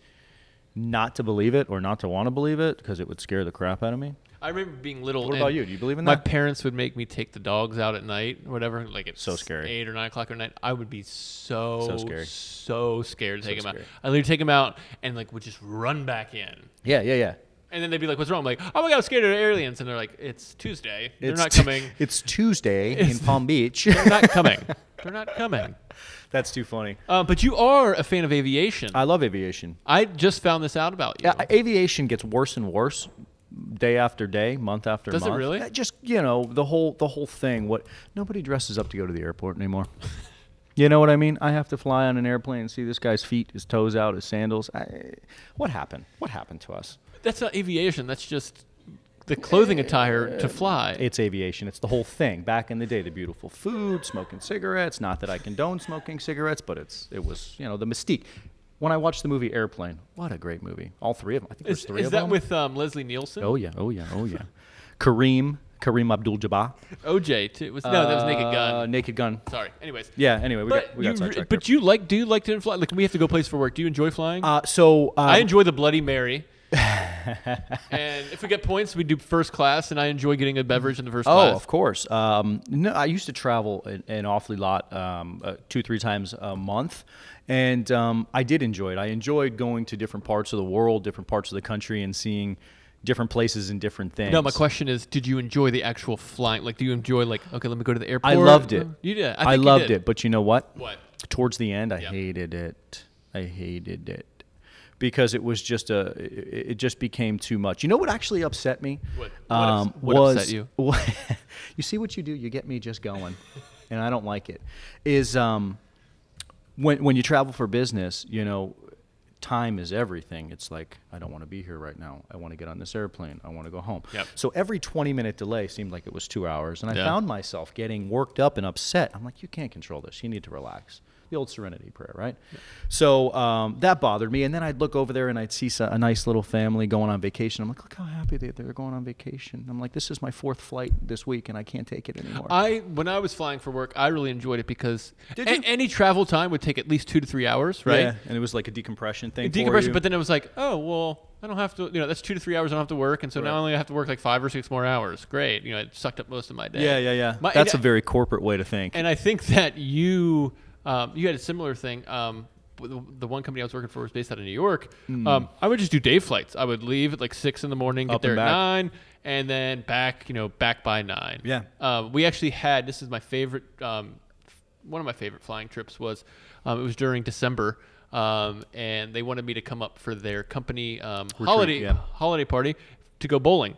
Speaker 1: not to believe it or not to want to believe it because it would scare the crap out of me.
Speaker 2: I remember being little.
Speaker 1: What
Speaker 2: and
Speaker 1: about you? Do you believe in
Speaker 2: My
Speaker 1: that?
Speaker 2: parents would make me take the dogs out at night, or whatever. Like it's
Speaker 1: So scary.
Speaker 2: Eight or nine o'clock at night, I would be so
Speaker 1: So scary.
Speaker 2: so scared to take them out.
Speaker 1: scary.
Speaker 2: I literally take them out and like would just run back in,
Speaker 1: Yeah, yeah, yeah.
Speaker 2: and then they'd be like, "What's wrong?" I'm like, "Oh my god, I'm scared of aliens," and they're like, "It's Tuesday. They're
Speaker 1: It's
Speaker 2: not
Speaker 1: t-
Speaker 2: coming.
Speaker 1: it's Tuesday
Speaker 2: It's-
Speaker 1: in Palm Beach.
Speaker 2: They're not coming. They're not coming."
Speaker 1: That's too funny.
Speaker 2: Uh, but you are a fan of aviation.
Speaker 1: I love aviation.
Speaker 2: I just found this out about you.
Speaker 1: Yeah, aviation gets worse and worse day after day, month after
Speaker 2: Does it
Speaker 1: month.
Speaker 2: really?
Speaker 1: Uh, Just you know the whole the whole thing. What nobody dresses up to go to the airport anymore. you know what I mean? I have to fly on an airplane and see this guy's feet, his toes out, his sandals. I, what happened? What happened to us?
Speaker 2: that's not aviation. That's just the clothing attire to fly.
Speaker 1: It's aviation. It's the whole thing. Back in the day, the beautiful food, smoking cigarettes. Not that I condone smoking cigarettes, but it's it was you know the mystique. When I watched the movie Airplane, what a great movie! All three of them. I think
Speaker 2: Is,
Speaker 1: there's three
Speaker 2: is
Speaker 1: of
Speaker 2: that
Speaker 1: them.
Speaker 2: with um, Leslie Nielsen?
Speaker 1: Oh yeah, oh yeah, oh yeah. Kareem, Kareem Abdul-Jabbar.
Speaker 2: OJ too. Was, no, that was Naked
Speaker 1: Uh,
Speaker 2: Gun.
Speaker 1: Naked Gun.
Speaker 2: Sorry. Anyways.
Speaker 1: Yeah. Anyway, we
Speaker 2: but
Speaker 1: got we
Speaker 2: you,
Speaker 1: got
Speaker 2: re-
Speaker 1: sidetracked.
Speaker 2: but you like do you like to fly? Like we have to go place for work. Do you enjoy flying?
Speaker 1: there. uh, so uh,
Speaker 2: I enjoy the Bloody Mary. and if we get points, we do first class, and I enjoy getting a beverage in the first
Speaker 1: Oh,
Speaker 2: class.
Speaker 1: of course. Um, no, I used to travel an, an awfully lot, um, uh, two three times a month, and um, I did enjoy it. I enjoyed going to different parts of the world, different parts of the country, and seeing different places and different things.
Speaker 2: No, my question is, did you enjoy the actual flying? Like, do you enjoy like, okay, let me go to the airport?
Speaker 1: I loved it.
Speaker 2: You did. I, think
Speaker 1: I,
Speaker 2: you
Speaker 1: loved
Speaker 2: did.
Speaker 1: it, but you know what?
Speaker 2: What?
Speaker 1: towards the end i
Speaker 2: Yeah.
Speaker 1: hated it i hated it because it was just a it, it just became too much you know what actually upset me Um,
Speaker 2: What- what ups- what
Speaker 1: was
Speaker 2: upset you?
Speaker 1: you see what you do you get me just going and i don't like it is um when when you travel for business you know time is everything it's like i don't want to be here right now i want to get on this airplane i want to go home
Speaker 2: Yep.
Speaker 1: so every 20 minute delay seemed like it was two hours and i
Speaker 2: Yeah.
Speaker 1: found myself getting worked up and upset. I'm like, you can't control this. You need to relax. The old serenity prayer, right? So um, that bothered me. And then I'd look over there and I'd see so- a nice little family going on vacation. I'm like, look how happy they, they're going on vacation. I'm like, this is my fourth flight this week and I can't take it anymore.
Speaker 2: I when I was flying for work, I really enjoyed it because
Speaker 1: Did
Speaker 2: a-
Speaker 1: you?
Speaker 2: any travel time would take at least two to three hours, right?
Speaker 1: Yeah, And it was like a decompression thing. for
Speaker 2: decompression,
Speaker 1: you.
Speaker 2: but then it was like, oh well, I don't have to. You know, that's two to three hours. I don't have to work, and so now I only have to work like five or six more hours. Great, you know, it sucked up most of my day.
Speaker 1: yeah, yeah, yeah.
Speaker 2: My-
Speaker 1: That's a
Speaker 2: and,
Speaker 1: very corporate way to think.
Speaker 2: And I think that you, um, you had a similar thing. Um, with the the one company I was working for was based out of New York. Um, I would just do day flights. I would leave at like six in the morning, get
Speaker 1: Hmm. Up and
Speaker 2: there at
Speaker 1: back.
Speaker 2: nine, and then back. You know, back by nine.
Speaker 1: Yeah.
Speaker 2: Uh, we actually had this is my favorite. Um, f- one of my favorite flying trips was um, it was during December, um, and they wanted me to come up for their company um, holiday
Speaker 1: yeah.
Speaker 2: holiday party to go bowling,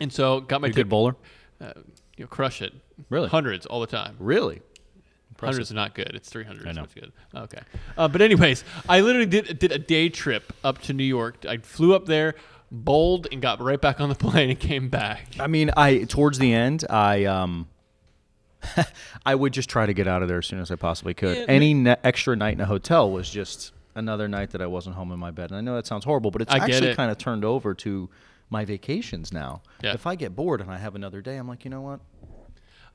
Speaker 2: and so got my
Speaker 1: you a good
Speaker 2: tick-
Speaker 1: bowler?
Speaker 2: Uh, you know, crush it.
Speaker 1: Really?
Speaker 2: hundreds all the time.
Speaker 1: Really? Impressive.
Speaker 2: Hundreds is not good. It's 300.
Speaker 1: I
Speaker 2: so
Speaker 1: know.
Speaker 2: it's good. Okay. Uh, but anyways, I literally did did a day trip up to New York. I flew up there, bowled, and got right back on the plane and came back.
Speaker 1: I mean, I towards the end, I um, I would just try to get out of there as soon as I possibly could.
Speaker 2: Yeah,
Speaker 1: Any ne- extra night in a hotel was just another night that I wasn't home in my bed. And I know that sounds horrible, but it's
Speaker 2: I get
Speaker 1: actually
Speaker 2: it.
Speaker 1: kind of turned over to my vacations now.
Speaker 2: Yeah.
Speaker 1: If I get bored and I have another day, I'm like, you know what?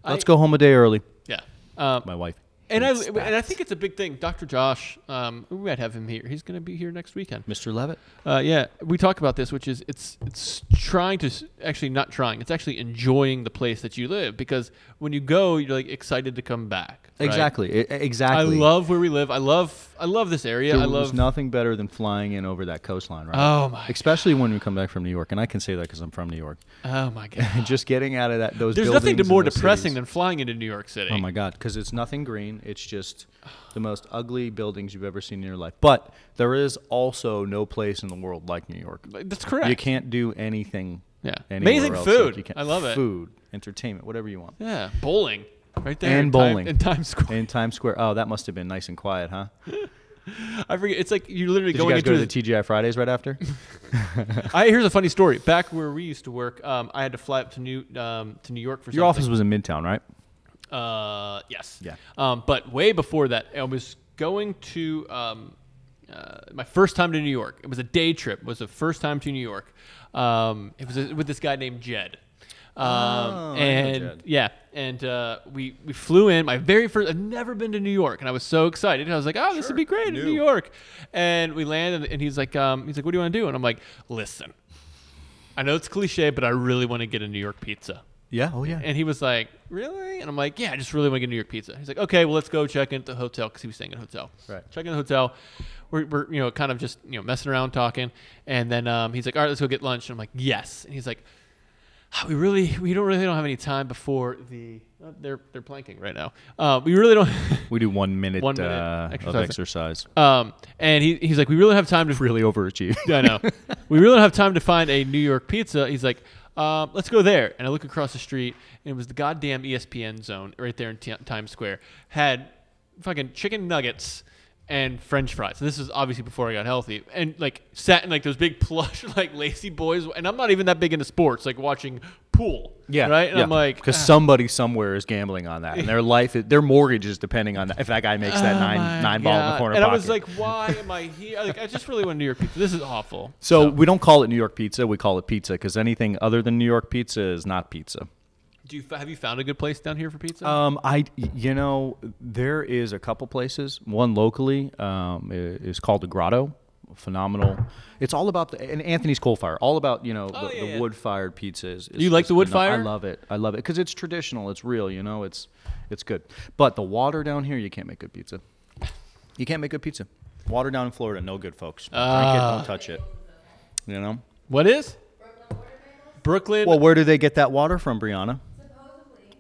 Speaker 2: I-
Speaker 1: Let's go home a day early.
Speaker 2: Yeah. Um,
Speaker 1: My wife.
Speaker 2: and I
Speaker 1: hates
Speaker 2: and I
Speaker 1: that.
Speaker 2: think it's a big thing. Dr. Josh, um, we might have him here. He's going to be here next weekend.
Speaker 1: Mr. Levitt.
Speaker 2: Uh, yeah, we talk about this, which is it's it's trying to s- actually not trying. It's actually enjoying the place that you live because when you go, you're like excited to come back. right?
Speaker 1: Exactly. e-
Speaker 2: I
Speaker 1: exactly.
Speaker 2: love where we live. I love I love this area.
Speaker 1: There
Speaker 2: I
Speaker 1: was
Speaker 2: love
Speaker 1: nothing better than flying in over that coastline, right?
Speaker 2: Oh my
Speaker 1: Especially when we come back from New York, and I can say that because I'm from New York.
Speaker 2: Oh my god.
Speaker 1: And just getting out of that those
Speaker 2: There's nothing
Speaker 1: buildings and
Speaker 2: more
Speaker 1: those
Speaker 2: depressing
Speaker 1: cities.
Speaker 2: than flying into New York City.
Speaker 1: Oh my God, because it's nothing green. in. It's just the most ugly buildings you've ever seen in your life. But there is also no place in the world like New York.
Speaker 2: But That's correct.
Speaker 1: You can't do anything.
Speaker 2: Yeah.
Speaker 1: anywhere
Speaker 2: Amazing
Speaker 1: else like
Speaker 2: food.
Speaker 1: you can.
Speaker 2: I love it.
Speaker 1: Food, entertainment, whatever you want.
Speaker 2: Yeah, bowling, right there.
Speaker 1: And
Speaker 2: in
Speaker 1: bowling.
Speaker 2: time, in Times Square.
Speaker 1: In Times Square. Oh, that must have been nice and quiet, huh?
Speaker 2: I forget. It's like you literally
Speaker 1: Did you
Speaker 2: going
Speaker 1: guys
Speaker 2: into
Speaker 1: go to
Speaker 2: this-
Speaker 1: the TGI Fridays right after?
Speaker 2: I, here's a funny story. Back where we used to work, um, I had to fly up to New um, to New York for
Speaker 1: Your
Speaker 2: something.
Speaker 1: office was in Midtown, right?
Speaker 2: Uh, yes.
Speaker 1: Yeah.
Speaker 2: Um, but way before that, I was going to um, uh, my first time to New York. It was a day trip. It was the first time to New York. Um, it was with this guy named Jed.
Speaker 1: Oh,
Speaker 2: Um,
Speaker 1: I know
Speaker 2: and
Speaker 1: Jed.
Speaker 2: yeah, and uh, we we flew in. My very first. I've never been to New York, and I was so excited. I was like, "Oh, this would be great in New York." And we land, and, and he's like, um, "He's like, what do you want to do?" And I'm like, "Listen, I know it's cliche, but I really want to get a New York pizza."
Speaker 1: Yeah. Oh, yeah.
Speaker 2: And he was like, "Really?" And I'm like, "Yeah, I just really want to get New York pizza." He's like, "Okay, well, let's go check in at the hotel because he was staying at a hotel.
Speaker 1: Right.
Speaker 2: Check in the hotel. We're, we're you know kind of just you know messing around talking, and then um, he's like, "All right, let's go get lunch." And I'm like, "Yes." And he's like, "Ah, "We really we don't really don't have any time before the oh, they're they're planking right now. Uh, we really don't."
Speaker 1: we do one minute,
Speaker 2: One minute
Speaker 1: uh,
Speaker 2: exercise.
Speaker 1: of exercise.
Speaker 2: um, and he, he's like, "We really don't have time to
Speaker 1: Really overachieved.
Speaker 2: Yeah, I know. we really don't have time to find a New York pizza. He's like, um, let's go there. And I look across the street, and it was the goddamn E ESPN zone right there in Ti- Times Square. Had fucking chicken nuggets and French fries. So this was obviously before I got healthy, and like sat in like those big plush like lazy boys. And I'm not even that big into sports, like watching pool.
Speaker 1: Yeah.
Speaker 2: Right. And I'm like, ah.
Speaker 1: because somebody somewhere is gambling on that, and their life, is, their mortgage is depending on that. If that guy makes that
Speaker 2: "Oh
Speaker 1: nine
Speaker 2: my
Speaker 1: nine ball in the
Speaker 2: God."
Speaker 1: corner
Speaker 2: and
Speaker 1: pocket.
Speaker 2: I was like, why am I here? Like, I just really want New York pizza. This is awful.
Speaker 1: so we don't call it New York pizza. We call it pizza because anything other than New York pizza is not pizza.
Speaker 2: Do you have you found a good place down here for pizza?
Speaker 1: Um, I you know there is a couple places. One locally um, i- is called the Grotto. Phenomenal. It's all about the and Anthony's coal fire. All about you know
Speaker 2: Oh,
Speaker 1: the,
Speaker 2: yeah,
Speaker 1: the
Speaker 2: yeah.
Speaker 1: wood fired pizzas.
Speaker 2: You like the wood fire?
Speaker 1: I love it. I love it because it's traditional. It's real. You know, it's it's good. But the water down here, you can't make good pizza. You can't make good pizza. Water down in Florida, no good, folks. Drink it,
Speaker 2: Ah.
Speaker 1: don't touch it. You know.
Speaker 2: What is? Brooklyn.
Speaker 1: Well, where do they get that water from, Brianna?
Speaker 5: supposedly.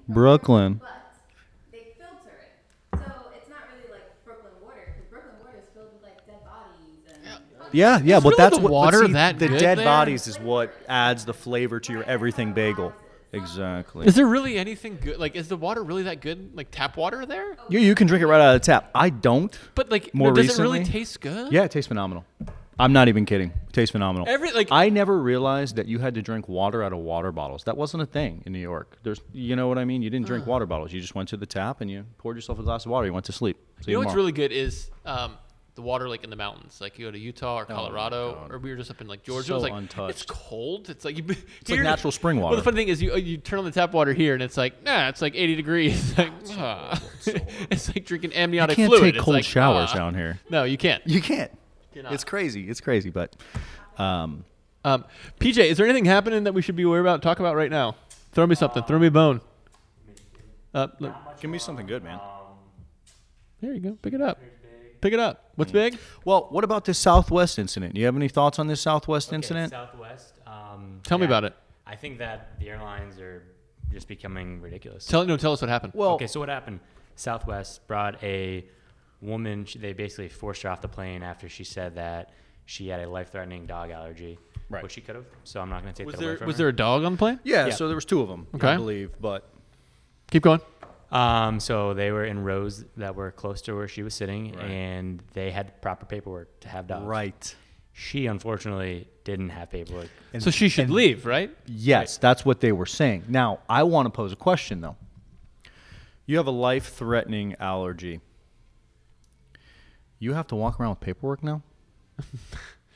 Speaker 5: from
Speaker 1: Brooklyn.
Speaker 5: Brooklyn, But they filter it. So it's not really like Brooklyn water, because Brooklyn water is filled with like dead bodies and.
Speaker 1: Yeah, yeah,
Speaker 2: Is
Speaker 1: but
Speaker 2: really
Speaker 1: that's
Speaker 2: the
Speaker 1: what but
Speaker 2: water
Speaker 1: see,
Speaker 2: that
Speaker 1: the
Speaker 2: good
Speaker 1: dead
Speaker 2: there?
Speaker 1: bodies is what adds the flavor to your everything bagel. Exactly.
Speaker 2: is there really anything good? Like, is the water really that good? Like tap water there?
Speaker 1: You you can drink it right out of the tap. I don't.
Speaker 2: But like,
Speaker 1: More
Speaker 2: does it really
Speaker 1: recently?
Speaker 2: taste good?
Speaker 1: Yeah, it tastes phenomenal. I'm not even kidding. It tastes phenomenal.
Speaker 2: Every- like-
Speaker 1: I never realized that you had to drink water out of water bottles. That wasn't a thing in New York. There's you know what I mean? You didn't drink water bottles. You just went to the tap and you poured yourself a glass of water. You went to sleep. See
Speaker 2: You know what's
Speaker 1: tomorrow.
Speaker 2: really good is um, the water like in the mountains. Like you go to Utah or Colorado,
Speaker 1: Oh God.
Speaker 2: or we were just up in like Georgia.
Speaker 1: So
Speaker 2: it's like it's
Speaker 1: untouched.
Speaker 2: cold. It's like you. It's
Speaker 1: natural spring
Speaker 2: Well,
Speaker 1: water.
Speaker 2: the funny thing is, you you turn on the tap water here, and it's like nah, it's like 80 degrees. It's like, ah. it's like drinking amniotic
Speaker 1: you can't
Speaker 2: fluid.
Speaker 1: take
Speaker 2: It's
Speaker 1: cold
Speaker 2: like,
Speaker 1: showers
Speaker 2: ah.
Speaker 1: down here.
Speaker 2: No, you can't.
Speaker 1: You can't.
Speaker 2: Cannot.
Speaker 1: It's crazy. It's crazy, but um,
Speaker 2: Um, PJ, is there anything happening that we should be aware about? Talk about right now. Throw me something. Throw me a bone. Uh, look.
Speaker 1: give me something good, man.
Speaker 2: There you go. Pick it up. Pick it up. What's
Speaker 1: Mm.
Speaker 2: big?
Speaker 1: Well, what about this Southwest incident? Do you have any thoughts on this Southwest incident?
Speaker 4: Southwest. Um,
Speaker 2: Tell me
Speaker 4: yeah,
Speaker 2: about it.
Speaker 4: I think that the airlines are just becoming ridiculous.
Speaker 2: Tell no. Tell us what happened.
Speaker 1: well,
Speaker 4: okay, so what happened? Southwest brought a woman. She, they basically forced her off the plane after she said that she had a life-threatening dog allergy,
Speaker 1: Right.
Speaker 4: which she could have. So I'm not going to take
Speaker 2: was
Speaker 4: that away
Speaker 2: there
Speaker 4: from
Speaker 2: was
Speaker 4: her.
Speaker 2: there a dog on the plane?
Speaker 1: yeah,
Speaker 4: yeah.
Speaker 1: So there was two of them,
Speaker 2: Okay.
Speaker 1: I believe. But
Speaker 2: Keep going.
Speaker 4: Um, so they were in rows that were close to where she was sitting,
Speaker 1: Right.
Speaker 4: and they had proper paperwork to have dogs.
Speaker 1: right,
Speaker 4: She unfortunately didn't have paperwork.
Speaker 1: And-
Speaker 2: so she should
Speaker 1: and-
Speaker 2: leave, right?
Speaker 1: yes, that's what they were saying. Now, I want to pose a question though. You have a life-threatening allergy. You have to walk around with paperwork now.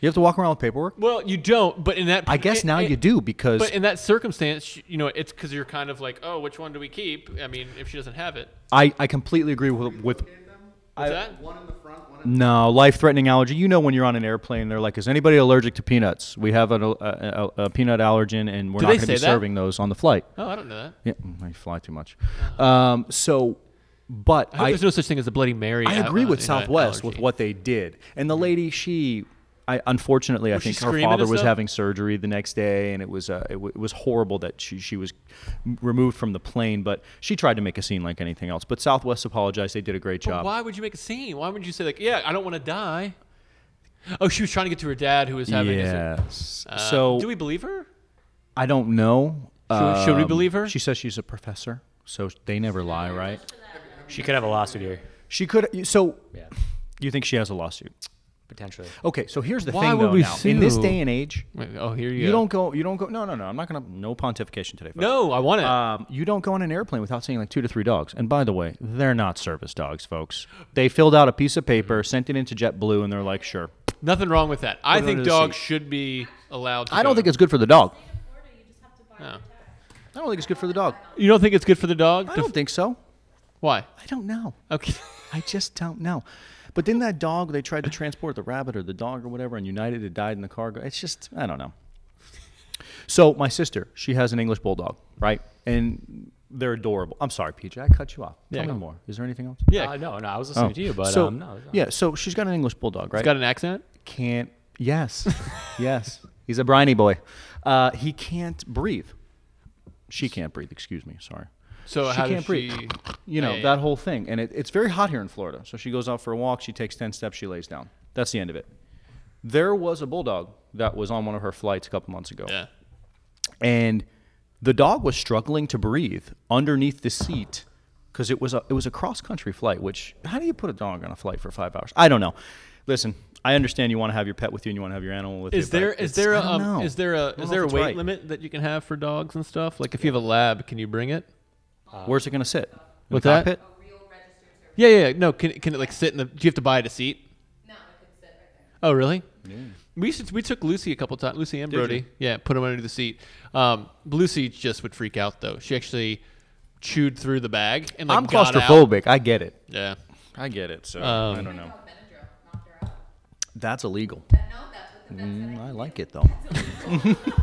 Speaker 1: you have to walk around with paperwork.
Speaker 2: Well, you don't. But in that,
Speaker 1: I guess
Speaker 2: it-
Speaker 1: now
Speaker 2: it-
Speaker 1: you do because
Speaker 2: But in that circumstance, you know, it's because you're kind of like, oh, which one do we keep? I mean, if she doesn't have it,
Speaker 1: I, I completely agree with with
Speaker 3: Locate them.
Speaker 2: what's that?
Speaker 3: One in the front, one in
Speaker 1: No, life-threatening allergy. You know when you're on an airplane, they're like, "Is anybody allergic to peanuts? We have an, a, a, a peanut allergen, and we're
Speaker 2: Do
Speaker 1: not
Speaker 2: they
Speaker 1: going to be
Speaker 2: say that?
Speaker 1: serving those on the flight."
Speaker 2: Oh, I don't know that.
Speaker 1: Yeah, mm, I fly too much. Um, so, but
Speaker 2: I hope
Speaker 1: I,
Speaker 2: there's no such thing as a Bloody Mary.
Speaker 1: I
Speaker 2: uh,
Speaker 1: agree
Speaker 2: uh,
Speaker 1: with
Speaker 2: you know,
Speaker 1: Southwest
Speaker 2: allergy.
Speaker 1: with what they did, and the lady she I unfortunately I
Speaker 2: Was she
Speaker 1: think her
Speaker 2: screaming
Speaker 1: father
Speaker 2: and
Speaker 1: was
Speaker 2: stuff?
Speaker 1: having surgery the next day, and it was uh, it, w- it was horrible that she she was m- removed from the plane. But she tried to make a scene like anything else. But Southwest apologized; they did a great
Speaker 2: But
Speaker 1: job.
Speaker 2: why would you make a scene? Why would you say like, yeah, I don't want to die? Oh, she was trying to get to her dad who was having. his-
Speaker 1: Yes.
Speaker 2: uh,
Speaker 1: so
Speaker 2: do we believe her?
Speaker 1: I don't know. um,
Speaker 2: Should- should we believe her?
Speaker 1: She says she's a professor, so they never lie, right?
Speaker 4: She could have a lawsuit here.
Speaker 1: She could. So
Speaker 4: Yeah,
Speaker 1: you think she has a lawsuit?
Speaker 4: potentially.
Speaker 1: Okay. So here's the
Speaker 2: Why
Speaker 1: thing,
Speaker 2: would
Speaker 1: though.
Speaker 2: we
Speaker 1: now, in this
Speaker 2: sue?
Speaker 1: day and age,
Speaker 2: Wait, oh, here you.
Speaker 1: you
Speaker 2: go.
Speaker 1: don't go. You don't go. No, no, no. I'm not gonna. No pontification today. folks.
Speaker 2: No, I want it.
Speaker 1: Um, you don't go on an airplane without seeing like two to three dogs. And by the way, they're not service dogs, folks. They filled out a piece of paper, sent it into JetBlue, and they're like, sure.
Speaker 2: Nothing wrong with that. I
Speaker 1: Put it
Speaker 2: think
Speaker 1: under the
Speaker 2: dogs
Speaker 1: seat.
Speaker 2: should be allowed. to
Speaker 1: I don't
Speaker 2: go.
Speaker 1: think it's good for the dog.
Speaker 5: State of Florida, you just have to buy
Speaker 2: Oh.
Speaker 5: the tag.
Speaker 1: I don't think it's good for the dog.
Speaker 2: You don't think it's good for the dog?
Speaker 1: I
Speaker 2: to-
Speaker 1: don't think so.
Speaker 2: Why?
Speaker 1: I don't know.
Speaker 2: Okay.
Speaker 1: I just don't know. But then that dog, they tried to transport the rabbit or the dog or whatever, and United had died in the cargo. It's just, I don't know. So my sister, she has an English bulldog, right? And they're adorable. I'm sorry, PJ, I cut you off. Tell
Speaker 2: Yeah.
Speaker 1: me more. Is there anything else?
Speaker 2: Yeah.
Speaker 4: Uh, no, no. I was listening to you, but
Speaker 1: Oh. so,
Speaker 4: um, no, no.
Speaker 1: yeah, so she's got an English bulldog, right?
Speaker 2: It's got an accent.
Speaker 1: can't. Yes, yes. He's a briny boy. Uh, he can't breathe. She can't breathe. Excuse me. Sorry.
Speaker 2: So
Speaker 1: she
Speaker 2: how
Speaker 1: can't
Speaker 2: does
Speaker 1: breathe.
Speaker 2: she?
Speaker 1: You know
Speaker 2: Yeah, yeah,
Speaker 1: that
Speaker 2: yeah.
Speaker 1: whole thing, and it, it's very hot here in Florida. So she goes out for a walk. She takes ten steps. She lays down. That's the end of it. There was a bulldog that was on one of her flights a couple months ago,
Speaker 2: Yeah.
Speaker 1: and the dog was struggling to breathe underneath the seat because it was a it was a cross country flight. Which how do you put a dog on a flight for five hours? I don't know. Listen, I understand you want to have your pet with you and you want to have your animal with you.
Speaker 2: Is
Speaker 1: but
Speaker 2: there is
Speaker 1: it's-
Speaker 2: there
Speaker 1: I
Speaker 2: a
Speaker 1: don't
Speaker 2: um,
Speaker 1: know.
Speaker 2: is there
Speaker 1: I
Speaker 2: a
Speaker 1: don't know if
Speaker 2: is there a
Speaker 1: it's
Speaker 2: weight
Speaker 1: right.
Speaker 2: limit that you can have for dogs and stuff? Like if you have a lab, can you bring it?
Speaker 1: Where's it going to sit? In the
Speaker 2: What's that?
Speaker 1: cockpit?
Speaker 5: A Oh, real registered service.
Speaker 2: Yeah, yeah, yeah. No, can can it like sit in the? Do you have to buy it a seat?
Speaker 5: No, it could sit right there.
Speaker 2: Oh, really? We used to, we took Lucy a couple times. Lucy and
Speaker 1: Did
Speaker 2: Brody.
Speaker 1: you?
Speaker 2: Yeah, put them under the seat. Um, Lucy just would freak out though. She actually chewed through the bag and like
Speaker 1: I'm
Speaker 2: got out.
Speaker 1: claustrophobic. I get it.
Speaker 2: Yeah.
Speaker 1: I get it. So
Speaker 2: Um,
Speaker 1: I don't know.
Speaker 5: Oh, Benadryl knocked her out.
Speaker 1: That's illegal.
Speaker 5: That, no, that's what the vet said.
Speaker 1: Mm, I like it though.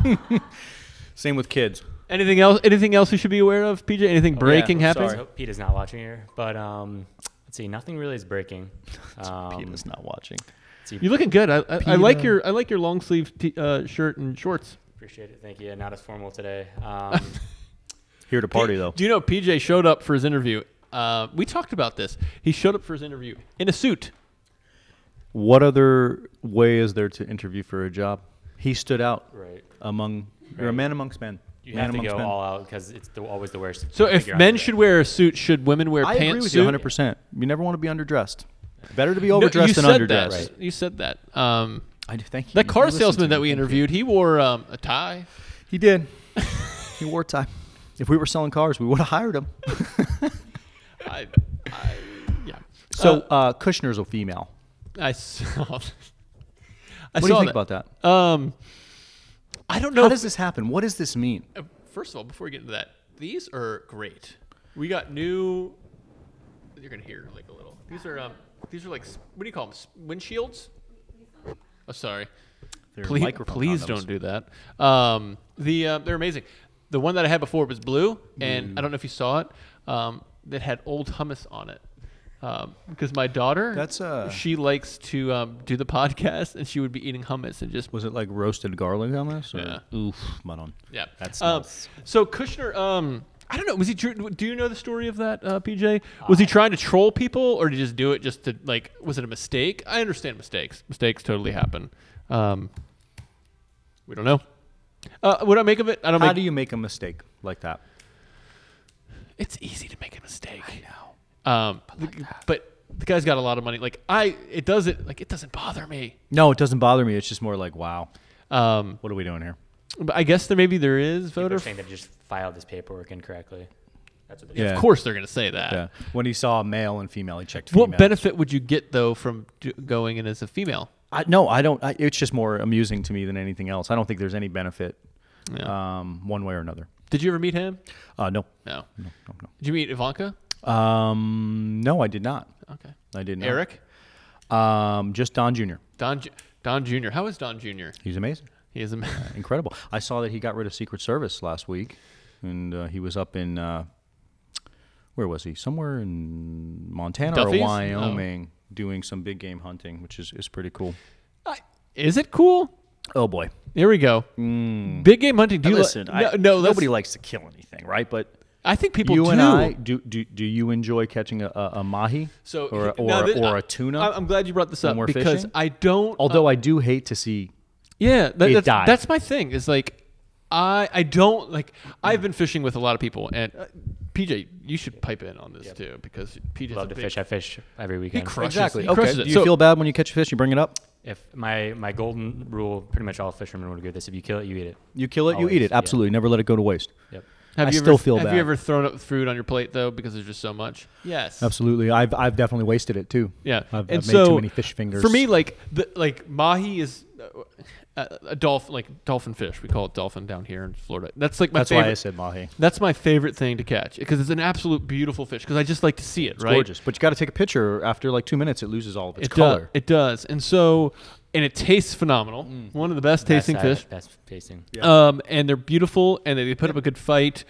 Speaker 1: Same with kids.
Speaker 2: Anything else? Anything else we should be aware of, PJ? Anything breaking
Speaker 1: Oh, I'm
Speaker 2: happens?
Speaker 1: sorry.
Speaker 4: So Pete is not watching here, but um, let's see. Nothing really is breaking. Um,
Speaker 1: Peter's not watching.
Speaker 2: You're looking good. I, I, I like
Speaker 1: Peter.
Speaker 2: your I like your long sleeve t- uh, shirt and shorts.
Speaker 4: Appreciate it. Thank you. Not as formal today. Um,
Speaker 1: Here to party though.
Speaker 2: Do you know PJ showed up for his interview? Uh, we talked about this. He showed up for his interview in a suit.
Speaker 1: What other way is there to interview for a job? He stood out
Speaker 4: right.
Speaker 1: among. You're a
Speaker 4: Right.
Speaker 1: man amongst men.
Speaker 4: You
Speaker 1: man
Speaker 4: have to
Speaker 1: amongst
Speaker 4: go
Speaker 1: men.
Speaker 4: all out because it's the, always the worst.
Speaker 2: So
Speaker 4: to
Speaker 2: if
Speaker 4: figure out
Speaker 2: men
Speaker 4: today.
Speaker 2: should wear a suit, should women wear
Speaker 1: I
Speaker 2: pants?
Speaker 1: agree with
Speaker 2: suit?
Speaker 1: you 100. percent You never want to be underdressed. Better to be
Speaker 2: No, you
Speaker 1: overdressed than
Speaker 2: said
Speaker 1: underdressed.
Speaker 2: That. You said that. Um,
Speaker 1: I do. Thank you.
Speaker 2: that
Speaker 1: You
Speaker 2: car
Speaker 1: listened to
Speaker 2: salesman that
Speaker 1: me.
Speaker 2: we
Speaker 1: Thank you.
Speaker 2: interviewed, he wore um, a tie.
Speaker 1: He did. he wore a tie. If we were selling cars, we would have hired him.
Speaker 2: Uh, I, I, yeah.
Speaker 1: So
Speaker 2: Uh,
Speaker 1: uh, Kushner's a female.
Speaker 2: I saw. I
Speaker 1: What do you think about that?
Speaker 2: that? Oh. Um, I don't know.
Speaker 1: How
Speaker 2: if-
Speaker 1: does this happen? What does this mean?
Speaker 2: Uh, First of all, before we get into that, these are great. We got new. You're gonna hear like a little. These are um. These are like s- what do you call them? Windshields. Oh, sorry. Please, please don't do that. Um, the uh, they're amazing. The one that I had before was blue, and I don't know if you saw it. Um, that had old hummus on it. Um, because my daughter,
Speaker 1: That's, uh,
Speaker 2: she likes to um, do the podcast, and she would be eating hummus and just
Speaker 1: Was it like roasted garlic hummus? Or?
Speaker 2: Yeah.
Speaker 1: Oof, madon.
Speaker 2: Yeah,
Speaker 1: That's
Speaker 2: um,
Speaker 1: nuts.
Speaker 2: so Kushner. Um, I don't know. Was he? tr- Do you know the story of that, uh, PJ? Was he trying to troll people, or did he just do it just to like? Was it a mistake? I understand mistakes. Mistakes totally happen. Um, we don't know. Uh, what do I make of it? I don't.
Speaker 1: How
Speaker 2: make,
Speaker 1: do you make a mistake like that?
Speaker 2: it's easy to make a mistake. I know. Um, the- but the guy's got a lot of money. Like I, it doesn't like it doesn't bother me.
Speaker 1: No, it doesn't bother me. It's just more like, wow,
Speaker 2: Um,
Speaker 1: what are we doing here?
Speaker 2: but I guess there maybe there is
Speaker 4: People
Speaker 2: voter.
Speaker 4: are
Speaker 2: F-
Speaker 4: saying they just filed this paperwork incorrectly. That's what they
Speaker 1: Yeah.
Speaker 2: of course they're gonna say that.
Speaker 1: Yeah. When he saw male and female, he checked female.
Speaker 2: What benefit would you get though from do- going in as a female?
Speaker 1: I, no, I don't. I, it's just more amusing to me than anything else. I don't think there's any benefit
Speaker 2: Yeah.
Speaker 1: um, one way or another.
Speaker 2: Did you ever meet him?
Speaker 1: Uh, no.
Speaker 2: No.
Speaker 1: No, no, no.
Speaker 2: Did you meet Ivanka?
Speaker 1: Um, no, I did not.
Speaker 2: Okay.
Speaker 1: I did not.
Speaker 2: Eric?
Speaker 1: Um, just Don Jr.
Speaker 2: Don Ju- Don Jr. How is Don Jr.?
Speaker 1: He's amazing.
Speaker 2: He is a man.
Speaker 1: Incredible. I saw that he got rid of Secret Service last week, and uh, he was up in uh, where was he? Somewhere in Montana
Speaker 2: Duffy's?
Speaker 1: Oh. or Wyoming, doing some big game hunting, which is, is pretty cool.
Speaker 2: I, Is it cool?
Speaker 1: Oh boy.
Speaker 2: Here we go. Big game hunting.
Speaker 1: Mm. Now
Speaker 2: Do you li-
Speaker 1: listen,
Speaker 2: no,
Speaker 1: I,
Speaker 2: no, let's-
Speaker 1: nobody likes to kill anything, right? But
Speaker 2: I think people
Speaker 1: you
Speaker 2: do.
Speaker 1: and I do, do. Do you enjoy catching a, a, a mahi
Speaker 2: So
Speaker 1: or a, or,
Speaker 2: now
Speaker 1: a-
Speaker 2: thi-
Speaker 1: or
Speaker 2: I-
Speaker 1: a tuna?
Speaker 2: I, am glad you brought this
Speaker 1: when
Speaker 2: up
Speaker 1: we're
Speaker 2: because
Speaker 1: fishing?
Speaker 2: I don't. uh,
Speaker 1: Although I do hate to see.
Speaker 2: Yeah, that,
Speaker 1: It
Speaker 2: that's,
Speaker 1: died.
Speaker 2: that's my thing. Is like, I I don't like. I've been fishing with a lot of people, and uh, PJ, you should pipe in on this too because PJ
Speaker 4: Love to fish. I fish every weekend.
Speaker 2: crushes-
Speaker 1: Exactly.
Speaker 2: he
Speaker 1: Okay.
Speaker 2: crushes
Speaker 1: Do
Speaker 2: it.
Speaker 1: you
Speaker 2: So-
Speaker 1: feel bad when you catch a fish? You bring it up.
Speaker 4: If my my golden rule, pretty much all fishermen would agree with this: if you kill it, you eat it.
Speaker 1: You kill it. you
Speaker 4: Always,
Speaker 1: eat it.
Speaker 4: yeah.
Speaker 1: Absolutely. Never let it go to waste.
Speaker 4: Yep.
Speaker 1: I
Speaker 2: you
Speaker 1: still
Speaker 2: ever,
Speaker 1: feel
Speaker 2: Have
Speaker 1: bad.
Speaker 2: you ever thrown up food on your plate though because there's just so much? Yes.
Speaker 1: Absolutely. I've I've definitely wasted it too.
Speaker 2: Yeah,
Speaker 1: I've,
Speaker 2: and
Speaker 1: I've
Speaker 2: so
Speaker 1: made too many fish fingers.
Speaker 2: For me, like the like mahi is uh, a dolphin, like dolphin fish. We call it dolphin down here in Florida. That's like my
Speaker 1: that's
Speaker 2: favorite.
Speaker 1: why I said mahi.
Speaker 2: that's my favorite thing to catch because it's an absolute beautiful fish. Because I just like to see it, right?
Speaker 1: Gorgeous. But you got to take a picture. After like two minutes, it loses all of its
Speaker 2: it does.
Speaker 1: color.
Speaker 2: It does, and so and it tastes phenomenal. One of the best tasting
Speaker 4: That's, uh,
Speaker 2: fish.
Speaker 4: That's tasting.
Speaker 2: Um, and they're beautiful, and they put up a good fight.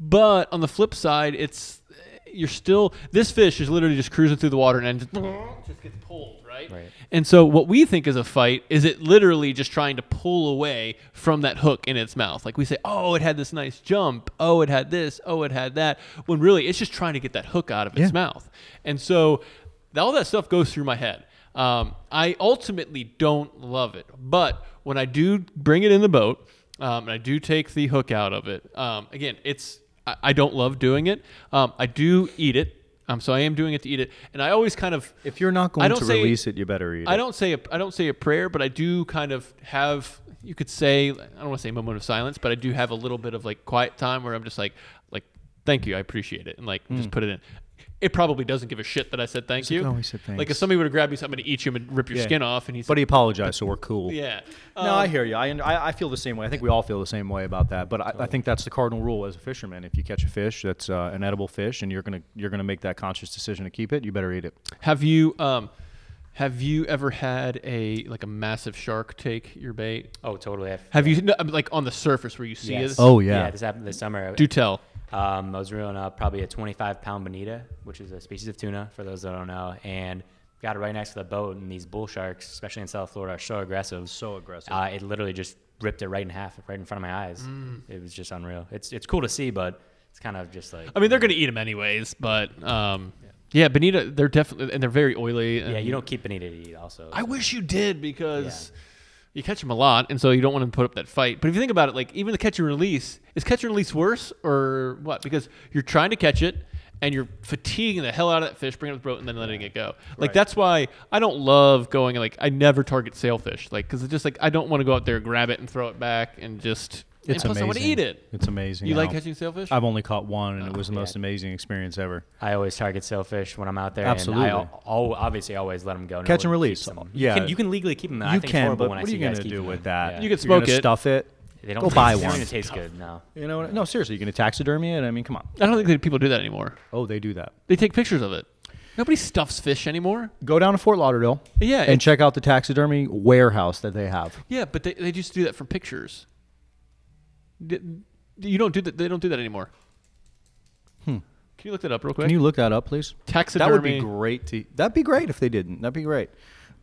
Speaker 2: But on the flip side, it's you're still this fish is literally just cruising through the water and just, just gets pulled, right?
Speaker 4: Right.
Speaker 2: And so what we think is a fight is it literally just trying to pull away from that hook in its mouth. Like we say, oh, it had this nice jump. Oh, it had this. Oh, it had that. When really it's just trying to get that hook out of its
Speaker 1: Yeah.
Speaker 2: mouth. And so th- all that stuff goes through my head. Um, I ultimately don't love it, but when I do bring it in the boat um, and I do take the hook out of it, um, again, it's I, I don't love doing it. Um, I do eat it. Um, so I am doing it to eat it, and I always kind of
Speaker 1: If you're not going
Speaker 2: I don't
Speaker 1: to
Speaker 2: say-
Speaker 1: release it, you better eat it.
Speaker 2: I don't say a, I don't say a prayer, but I do kind of have you could say I don't want to say a moment of silence, but I do have a little bit of like quiet time where I'm just like like thank you, I appreciate it, and like
Speaker 1: Hmm.
Speaker 2: just put it in. It probably doesn't give a shit that I said thank you.
Speaker 1: like, "Oh, he said
Speaker 2: Like if
Speaker 1: thanks."
Speaker 2: somebody would have grabbed me, so I'm going to eat you and rip your
Speaker 1: Yeah.
Speaker 2: skin off, and he's
Speaker 1: But
Speaker 2: like,
Speaker 1: he apologized, so we're cool.
Speaker 2: yeah.
Speaker 1: No, I
Speaker 2: Um,
Speaker 1: hear you. I, und- I I feel the same way. I think we all feel the same way about that. But I, I think that's the cardinal rule as a fisherman. If you catch a fish that's uh, an edible fish, and you're gonna you're gonna make that conscious decision to keep it, you better eat it.
Speaker 2: Have you um have you ever had a like a massive shark take your bait?
Speaker 4: Oh, totally. I've,
Speaker 2: Have you no, I'm, like on the surface where you see
Speaker 4: yes.
Speaker 2: it?
Speaker 1: Oh, yeah.
Speaker 4: This happened this summer.
Speaker 2: Do tell.
Speaker 4: Um, I was reeling up probably a 25 pound bonita, which is a species of tuna, for those that don't know, and got it right next to the boat. And these bull sharks, especially in South Florida, are so aggressive.
Speaker 1: So aggressive.
Speaker 4: Uh, it literally just ripped it right in half, right in front of my eyes.
Speaker 2: Mm.
Speaker 4: It was just unreal. It's it's cool to see, but it's kind of just like
Speaker 2: I mean, they're going to eat them anyways, but um, yeah. Bonita, they're definitely and they're very oily. And
Speaker 4: yeah, you don't keep bonita to eat. Also,
Speaker 2: I wish you did because you catch them a lot, and so you don't want to put up that fight. But if you think about it, like even the catch and release is catch and release worse or what? Because you're trying to catch it. And you're fatiguing the hell out of that fish, bringing it up the boat, and then letting it go. Like
Speaker 1: Right.
Speaker 2: that's why I don't love going. Like I never target sailfish, like because it's just like I don't want to go out there grab it and throw it back and just. and
Speaker 1: It's
Speaker 2: plus
Speaker 1: amazing.
Speaker 2: I want to eat it.
Speaker 1: It's amazing.
Speaker 2: You like
Speaker 1: how-
Speaker 2: catching Oh, sailfish?
Speaker 1: I've only caught one, and it was the
Speaker 4: Yeah.
Speaker 1: most amazing experience ever.
Speaker 4: I always target sailfish when I'm out there.
Speaker 1: Absolutely.
Speaker 4: And I al- al- obviously always let them go. No
Speaker 1: Catch
Speaker 4: one
Speaker 1: and release.
Speaker 4: keeps them.
Speaker 1: Yeah.
Speaker 4: you can, you can legally keep them. I
Speaker 1: you
Speaker 4: think it's
Speaker 1: can,
Speaker 4: horrible
Speaker 1: but
Speaker 4: when I
Speaker 1: what are
Speaker 4: see
Speaker 1: you
Speaker 4: guys
Speaker 1: gonna
Speaker 4: keep
Speaker 1: do
Speaker 4: them.
Speaker 1: with that?
Speaker 4: Yeah.
Speaker 2: You could
Speaker 1: You're
Speaker 2: smoke
Speaker 1: gonna
Speaker 2: it.
Speaker 1: Stuff it.
Speaker 4: They don't
Speaker 1: Go
Speaker 4: taste-
Speaker 1: buy
Speaker 4: They don't
Speaker 1: one.
Speaker 4: even taste good. No.
Speaker 1: You know what? No, seriously, you're gonna taxidermy it. I mean, come on.
Speaker 2: I don't think that people do that anymore.
Speaker 1: Oh, they do that.
Speaker 2: They take pictures of it. Nobody stuffs fish anymore.
Speaker 1: Go down to Fort Lauderdale.
Speaker 2: Yeah,
Speaker 1: And
Speaker 2: it's-
Speaker 1: check out the taxidermy warehouse that they have.
Speaker 2: Yeah, but they, they just do that for pictures. D- You don't do that. They don't do that anymore. Can you look that up real quick?
Speaker 1: Hmm. Can you look that up, please?
Speaker 2: Taxidermy.
Speaker 1: That would be great. To, that'd be great if they didn't. That'd be great.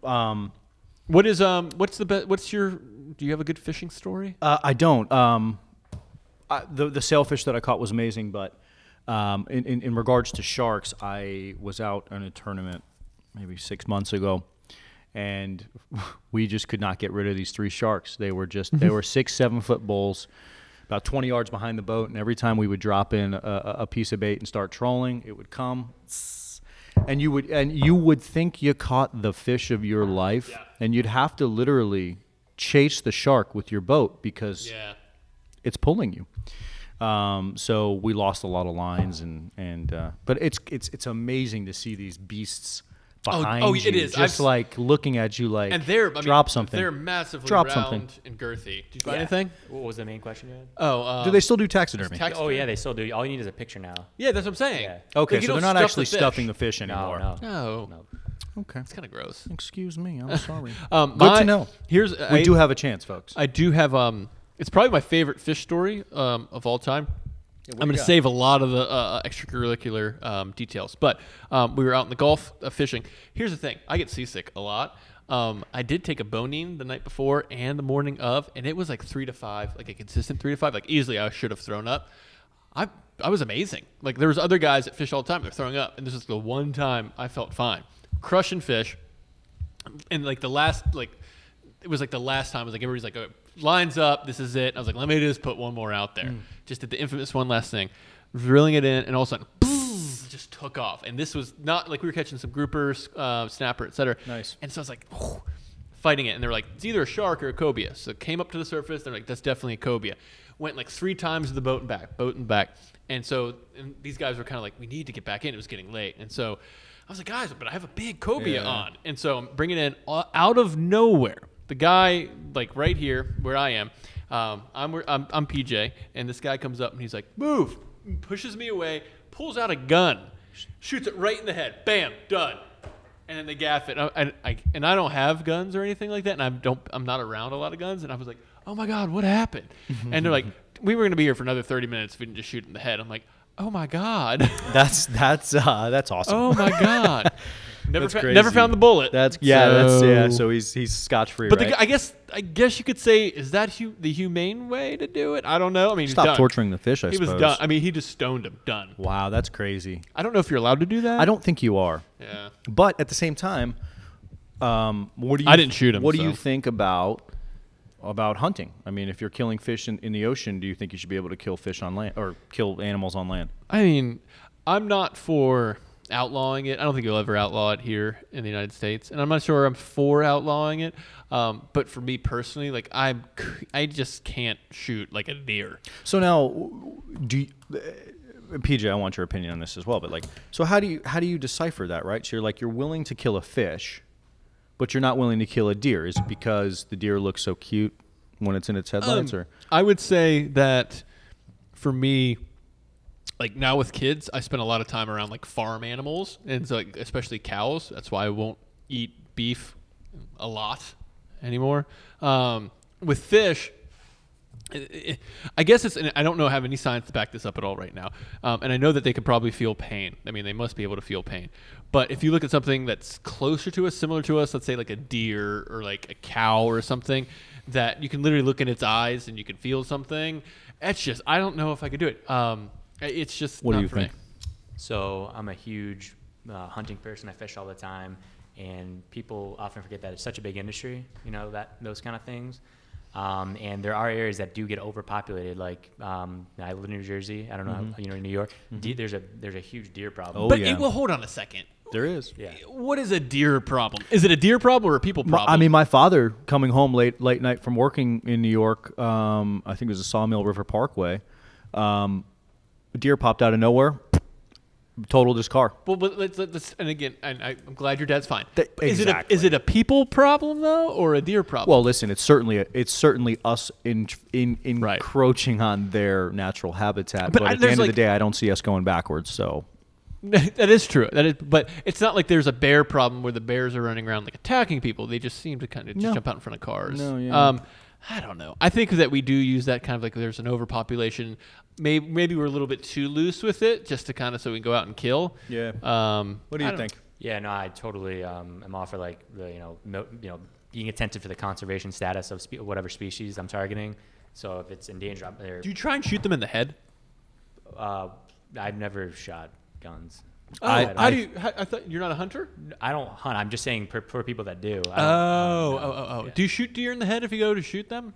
Speaker 1: Um,
Speaker 2: what is um? What's the best? What's your? Do you have a good fishing story?
Speaker 1: Uh, I don't. Um, I, the the sailfish that I caught was amazing, but um, in, in in regards to sharks, I was out in a tournament maybe six months ago, and we just could not get rid of these three sharks. They were just they were six seven foot bulls. About 20 yards behind the boat, and every time we would drop in a, a a piece of bait and start trolling, it would come, and you would and you would think you caught the fish of your life, and you'd have to literally chase the shark with your boat because it's pulling you. Um, so we lost a lot of lines, and and uh, but it's it's it's amazing to see these beasts behind
Speaker 2: oh,
Speaker 1: you,
Speaker 2: it is.
Speaker 1: just
Speaker 2: I've s-
Speaker 1: like looking at you, like
Speaker 2: And they're I mean,
Speaker 1: drop something.
Speaker 2: They're massively
Speaker 1: Drop
Speaker 2: round
Speaker 1: something.
Speaker 2: and girthy. Did you buy
Speaker 4: Yeah.
Speaker 2: anything?
Speaker 4: What was the main question you had?
Speaker 2: Oh, um,
Speaker 1: Do they still do taxidermy?
Speaker 2: tax-
Speaker 4: Oh yeah, they still do. All you need is a picture now.
Speaker 2: Yeah, that's what I'm saying.
Speaker 4: Yeah.
Speaker 1: okay,
Speaker 2: Like, you
Speaker 1: so they're
Speaker 2: don't
Speaker 1: not
Speaker 2: stuff
Speaker 1: actually
Speaker 2: the fish.
Speaker 1: stuffing the fish anymore.
Speaker 4: No, no.
Speaker 2: No,
Speaker 4: No.
Speaker 1: Okay.
Speaker 2: it's kind of gross.
Speaker 1: Excuse me, I'm sorry.
Speaker 2: Um,
Speaker 1: Good
Speaker 2: my-
Speaker 1: to know.
Speaker 2: Here's
Speaker 1: we
Speaker 2: I,
Speaker 1: do have a chance, folks.
Speaker 2: I do have um. It's probably my favorite fish story um, of all time. I'm going to save a lot of the uh, extracurricular um, details, but um, we were out in the Gulf uh, fishing. Here's the thing: I get seasick a lot, Um, I did take a bonine the night before and the morning of, and it was like three to five, like a consistent three to five. Like easily, I should have thrown up. I I was amazing. Like there was other guys that fish all the time, they're throwing up, and this is the one time I felt fine, crushing fish. And like the last, like it was like the last time. It was like everybody's like, oh, lines up, this is it. I was like, let me just put one more out there. Just did the infamous one last thing, reeling it in, and all of a sudden. bzzz, Just took off, and this was not like we were catching some groupers, uh, snapper, etc.
Speaker 1: Nice.
Speaker 2: And so I was like, "Whew," fighting it. And they're like, it's either a shark or a cobia. So it came up to the surface. They're like, that's definitely a cobia. Went like three times to the boat and back, boat and back. And so and these guys were kind of like, we need to get back in. It was getting late. And so I was like, guys, but I have a big cobia
Speaker 1: Yeah.
Speaker 2: on. And so I'm bringing in o- out of nowhere. The guy, like right here where I am, um, I'm, where- I'm, I'm PJ. And this guy comes up and he's like, move, pushes me away, pulls out a gun, shoots it right in the head. Bam, done and then they gaff it. And I, and I and I don't have guns or anything like that, and I don't I'm not around a lot of guns. And I was like, oh my god, what happened? and they're like, we were gonna be here for another 30 minutes if we didn't just shoot it in the head. I'm like, oh my god,
Speaker 1: That's that's uh, that's awesome.
Speaker 2: oh my god. Never,
Speaker 1: That's
Speaker 2: fou- never
Speaker 1: crazy.
Speaker 2: found the bullet.
Speaker 1: That's yeah. That's yeah.
Speaker 2: So-
Speaker 1: So he's he's scotch free.
Speaker 2: But
Speaker 1: right?
Speaker 2: the, I guess I guess you could say is that hu- the humane way to do it? I don't know. I mean, he's
Speaker 1: Stop
Speaker 2: done.
Speaker 1: torturing the fish. I
Speaker 2: He was
Speaker 1: suppose.
Speaker 2: done. I mean, he just stoned him. Done.
Speaker 1: wow, that's crazy.
Speaker 2: I don't know if you're allowed to do that.
Speaker 1: I don't think you are.
Speaker 2: Yeah.
Speaker 1: But at the same time, um, what do you?
Speaker 2: I didn't shoot him,
Speaker 1: What do you
Speaker 2: so.
Speaker 1: think about about hunting? I mean, if you're killing fish in, in the ocean, do you think you should be able to kill fish on land or kill animals on land?
Speaker 2: I mean, I'm not for outlawing it. I don't think you'll ever outlaw it here in the United States, and I'm not sure I'm for outlawing it. Um, but for me personally, like I, I just can't shoot like a deer.
Speaker 1: So now, w- do you, uh, PJ? I want your opinion on this as well. But like, so how do you how do you decipher that? Right. So you're like you're willing to kill a fish, but you're not willing to kill a deer. Is it because the deer looks so cute when it's in its headlights, or
Speaker 2: I would say that for me, like now with kids, I spend a lot of time around like farm animals and so like especially cows. That's why I won't eat beef a lot anymore. Um, with fish, I- I guess it's. And I don't know have any science to back this up at all right now, um, and I know that they could probably feel pain. I mean, they must be able to feel pain. But if you look at something that's closer to us, similar to us, let's say like a deer or like a cow or something, that you can literally look in its eyes and you can feel something. It's just I don't know if I could do it. Um, I- it's just
Speaker 1: What do
Speaker 2: not
Speaker 1: you
Speaker 2: for me.
Speaker 1: think?
Speaker 4: So I'm a huge uh, hunting person. I fish all the time, and people often forget that it's such a big industry. You know that those kind of things. Um, and there are areas that do get overpopulated. Like um, I live in New Jersey. I don't know. You know, in New York, de- there's a there's a huge deer problem.
Speaker 1: Oh,
Speaker 2: but
Speaker 1: yeah.
Speaker 2: it, well, hold on a second.
Speaker 1: there is?
Speaker 4: Yeah.
Speaker 2: What is a deer problem? Is it a deer problem or a people
Speaker 1: My-
Speaker 2: problem?
Speaker 1: I mean, my father coming home late late night from working in New York. Um, I think it was a Sawmill River Parkway. Um, a deer popped out of nowhere. Totaled his car.
Speaker 2: Well, but let's, let's- let's and again, and I, I'm glad your dad's fine.
Speaker 1: That-
Speaker 2: Is it a, is
Speaker 1: exactly.
Speaker 2: it a people problem though, or a deer problem?
Speaker 1: Well, listen, it's certainly it's certainly us in, in,
Speaker 2: Right.
Speaker 1: encroaching on their natural habitat.
Speaker 2: But
Speaker 1: But,
Speaker 2: I-
Speaker 1: at the
Speaker 2: there's
Speaker 1: end
Speaker 2: like-
Speaker 1: of the day, I don't see us going backwards. So
Speaker 2: Well, that is true. That is, but it's not like there's a bear problem where the bears are running around like attacking people. They just seem to kind of just
Speaker 1: No.
Speaker 2: jump out in front of cars.
Speaker 1: No, yeah.
Speaker 2: Um, I don't know. I think that we do use that kind of like there's an overpopulation. Maybe maybe we're a little bit too loose with it, just to kind of so we can go out and kill.
Speaker 1: Yeah.
Speaker 2: Um, I don't-
Speaker 4: Yeah, no, I totally um, am all for like the you know mo- you know being attentive to the conservation status of spe- whatever species I'm targeting. So if it's endangered, I'm there.
Speaker 2: Do you try and shoot them in the head?
Speaker 4: Uh, I've never shot guns.
Speaker 2: Oh,
Speaker 1: I-
Speaker 2: how do you? How, I thought you're not a hunter.
Speaker 4: I don't hunt. I'm just saying for, for people that do. I don't-
Speaker 2: Oh, oh,
Speaker 4: no.
Speaker 2: oh, oh.
Speaker 4: Yeah.
Speaker 2: Do you shoot deer in the head if you go to shoot them?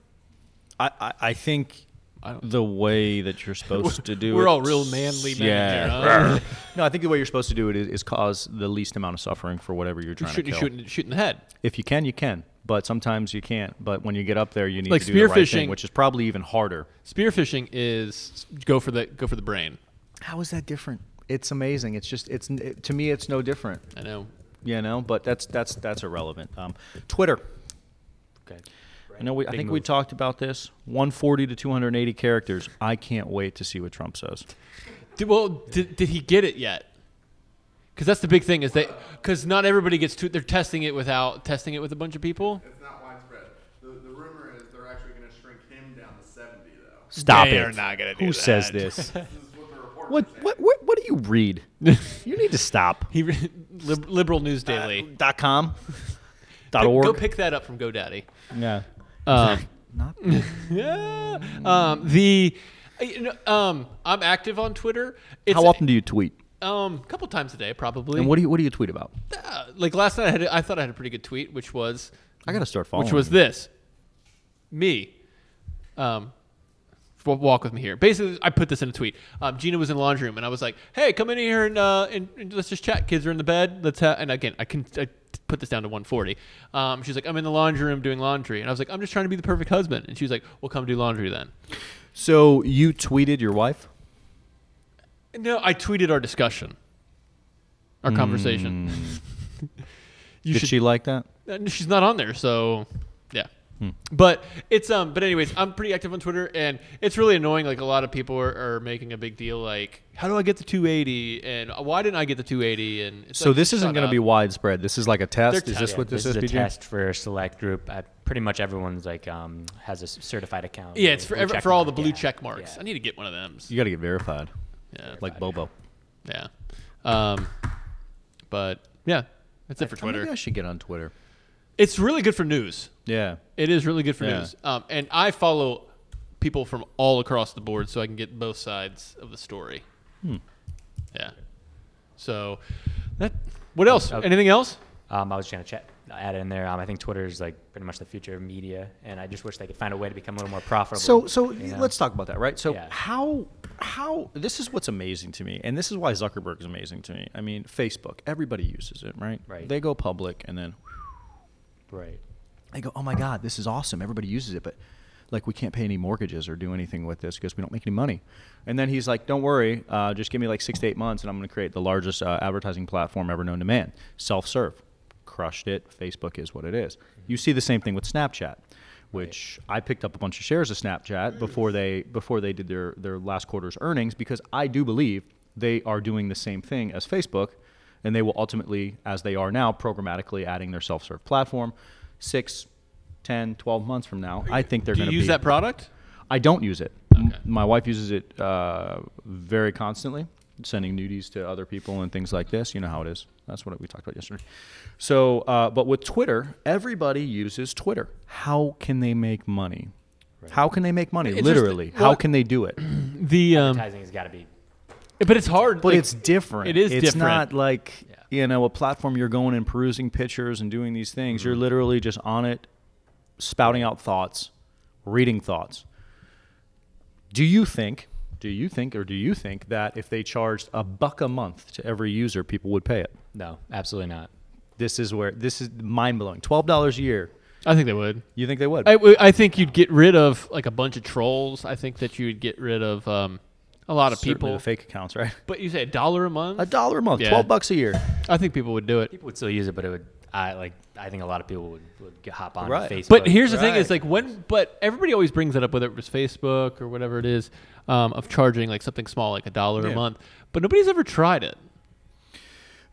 Speaker 1: I, I, I think
Speaker 2: I don't-
Speaker 1: the way that you're supposed to do
Speaker 2: We're
Speaker 1: it.
Speaker 2: all real manly men
Speaker 1: Yeah.
Speaker 2: here, huh?
Speaker 1: no, I think the way you're supposed to do it is, is cause the least amount of suffering for whatever you're
Speaker 2: you
Speaker 1: trying
Speaker 2: shoot,
Speaker 1: to
Speaker 2: you
Speaker 1: kill.
Speaker 2: shoot, in- shoot in the head.
Speaker 1: If you can, you can. But sometimes you can't. But when you get up there, you need
Speaker 2: Like
Speaker 1: to do the right
Speaker 2: spearfishing.
Speaker 1: thing, which is probably even harder.
Speaker 2: Spearfishing is go for the go for the brain.
Speaker 1: How is that different? It's amazing. It's just it's n- it, to me, it's no different.
Speaker 2: I know.
Speaker 1: You know, but that's that's that's irrelevant. Um, Twitter.
Speaker 4: Okay.
Speaker 1: I know. We, I
Speaker 4: Big
Speaker 1: think we
Speaker 4: move.
Speaker 1: talked about this. 140 to 280 characters. I can't wait to see what Trump says.
Speaker 2: Did, well, did, did he get it yet? Because that's the big thing is that because not everybody gets to. They're testing it without testing it with a bunch of people.
Speaker 3: It's not widespread. The, the rumor is they're actually going to shrink him down to 70, though.
Speaker 1: Stop
Speaker 2: They
Speaker 1: it.
Speaker 2: are not gonna do
Speaker 1: Who says
Speaker 2: that.
Speaker 1: this?
Speaker 3: This is what the report
Speaker 1: what, what what what do you read? You need to stop.
Speaker 2: He re- Lib- liberal news daily.
Speaker 1: Dot com. Uh, Dot
Speaker 2: Pick- Go
Speaker 1: org.
Speaker 2: pick that up from GoDaddy.
Speaker 1: Yeah.
Speaker 2: Um,
Speaker 1: Not.
Speaker 2: yeah. Um, the uh, you know, um, I'm active on Twitter. It's
Speaker 1: How often do you tweet?
Speaker 2: Um, a couple times a day, probably.
Speaker 1: And what do you what do you tweet about?
Speaker 2: Uh, like last night, I, had, I thought I had a pretty good tweet, which was
Speaker 1: I gotta start following.
Speaker 2: which was
Speaker 1: you.
Speaker 2: this me um f- walk with me here basically i put this in a tweet um, gina was in the laundry room and i was like hey come in here and, uh, and, and let's just chat kids are in the bed let's ha-. and again i can I put this down to 140 um, she's like i'm in the laundry room doing laundry and i was like i'm just trying to be the perfect husband and she was like well come do laundry then
Speaker 1: So you tweeted your wife?
Speaker 2: no i tweeted our discussion our conversation you
Speaker 1: Mm. Did
Speaker 2: should
Speaker 1: she like that?
Speaker 2: Uh, she's not on there, so yeah.
Speaker 1: Hmm.
Speaker 2: But it's um. But anyways, I'm pretty active on Twitter, and it's really annoying. Like a lot of people are, are making a big deal, like how do I get the 280, and why didn't I get the 280? And it's
Speaker 1: so
Speaker 2: like,
Speaker 1: this isn't
Speaker 2: shut
Speaker 1: going to
Speaker 2: up.
Speaker 1: be widespread. This is like a test.
Speaker 2: They're
Speaker 1: Is this
Speaker 2: testing.
Speaker 1: what this, is,
Speaker 4: is, a
Speaker 1: PJ?
Speaker 4: test for a select group. Uh, pretty much everyone's like um, has a s- certified account.
Speaker 2: Yeah,
Speaker 4: with
Speaker 2: it's
Speaker 4: a
Speaker 2: for
Speaker 4: blue
Speaker 2: every,
Speaker 4: check
Speaker 2: for all the
Speaker 4: mark,
Speaker 2: blue
Speaker 4: yeah,
Speaker 2: check marks.
Speaker 4: yeah.
Speaker 2: I need to get one of them.
Speaker 1: You got to get verified,
Speaker 2: Yeah,
Speaker 1: like Bobo.
Speaker 2: yeah. Um, but yeah, that's it for
Speaker 1: Maybe I
Speaker 2: Twitter.
Speaker 1: should get on Twitter.
Speaker 2: It's really good for news.
Speaker 1: Yeah.
Speaker 2: It is really good for
Speaker 1: Yeah.
Speaker 2: news. Um, and I follow people from all across the board so I can get both sides of the story.
Speaker 1: Hmm.
Speaker 2: Yeah. So that what else?
Speaker 4: uh,
Speaker 2: Anything else?
Speaker 4: Um, I was trying to chat, add in there. Um, I think Twitter is like pretty much the future of media, and I just wish they could find a way to become a little more profitable.
Speaker 1: So so
Speaker 4: you know?
Speaker 1: let's talk about that, right? So
Speaker 4: Yeah.
Speaker 1: how how this is what's amazing to me, and this is why Zuckerberg is amazing to me. I mean, Facebook, everybody uses it, right?
Speaker 4: Right.
Speaker 1: They go public, and then
Speaker 4: right.
Speaker 1: they go, "Oh my God, this is awesome! Everybody uses it, but like we can't pay any mortgages or do anything with this because we don't make any money." And then he's like, "Don't worry, uh, just give me like six to eight months, and I'm going to create the largest uh, advertising platform ever known to man. Self-serve, crushed it. Facebook is what it is. You see the same thing with Snapchat." Which I picked up a bunch of shares of Snapchat before they before they did their, their last quarter's earnings because I do believe they are doing the same thing as Facebook, and they will ultimately, as they are now, programmatically adding their self-serve platform. Six, 10, 12 months from now, I think they're
Speaker 2: Do
Speaker 1: going
Speaker 2: you
Speaker 1: to
Speaker 2: use
Speaker 1: be.
Speaker 2: that product?
Speaker 1: I don't use it. M- My wife uses it uh, very constantly, sending nudies to other people and things like this. You know how it is. That's what we talked about yesterday. So, uh, but with Twitter, everybody uses Twitter. How can they make money? How can they make money?
Speaker 2: It's just-
Speaker 1: Literally, how
Speaker 2: well-
Speaker 1: can they do it?
Speaker 2: The um,
Speaker 4: Advertising has got to be
Speaker 2: but it's hard.
Speaker 1: But
Speaker 2: like-
Speaker 1: it's different.
Speaker 2: it is
Speaker 1: It's
Speaker 2: different.
Speaker 1: not like you know a platform you're going and perusing pictures and doing these things.
Speaker 2: Mm-hmm.
Speaker 1: You're literally just on it, spouting out thoughts, reading thoughts. Do you think? Do you think, or do you think that if they charged a buck a month to every user, people would pay it?
Speaker 4: no, absolutely not.
Speaker 1: This is where this is mind blowing. Twelve dollars a year.
Speaker 2: I think they would.
Speaker 1: You think they would?
Speaker 2: I, w- I think you'd get rid of like a bunch of trolls. I think that you'd get rid of um, a lot of
Speaker 1: Certainly
Speaker 2: people.
Speaker 1: the fake accounts, right?
Speaker 2: But you say a dollar a month?
Speaker 1: A dollar a month,
Speaker 2: Yeah.
Speaker 1: twelve bucks a year.
Speaker 2: I think people would do it.
Speaker 4: People would still use it, but it would. I like. I think a lot of people would, would get- hop on
Speaker 1: Right.
Speaker 4: Facebook.
Speaker 2: But here's the thing: is
Speaker 1: Right.
Speaker 2: like when, but everybody always brings that up, whether it was Facebook or whatever it is, um, of charging like something small, like a dollar
Speaker 1: Yeah.
Speaker 2: a month. But nobody's ever tried it.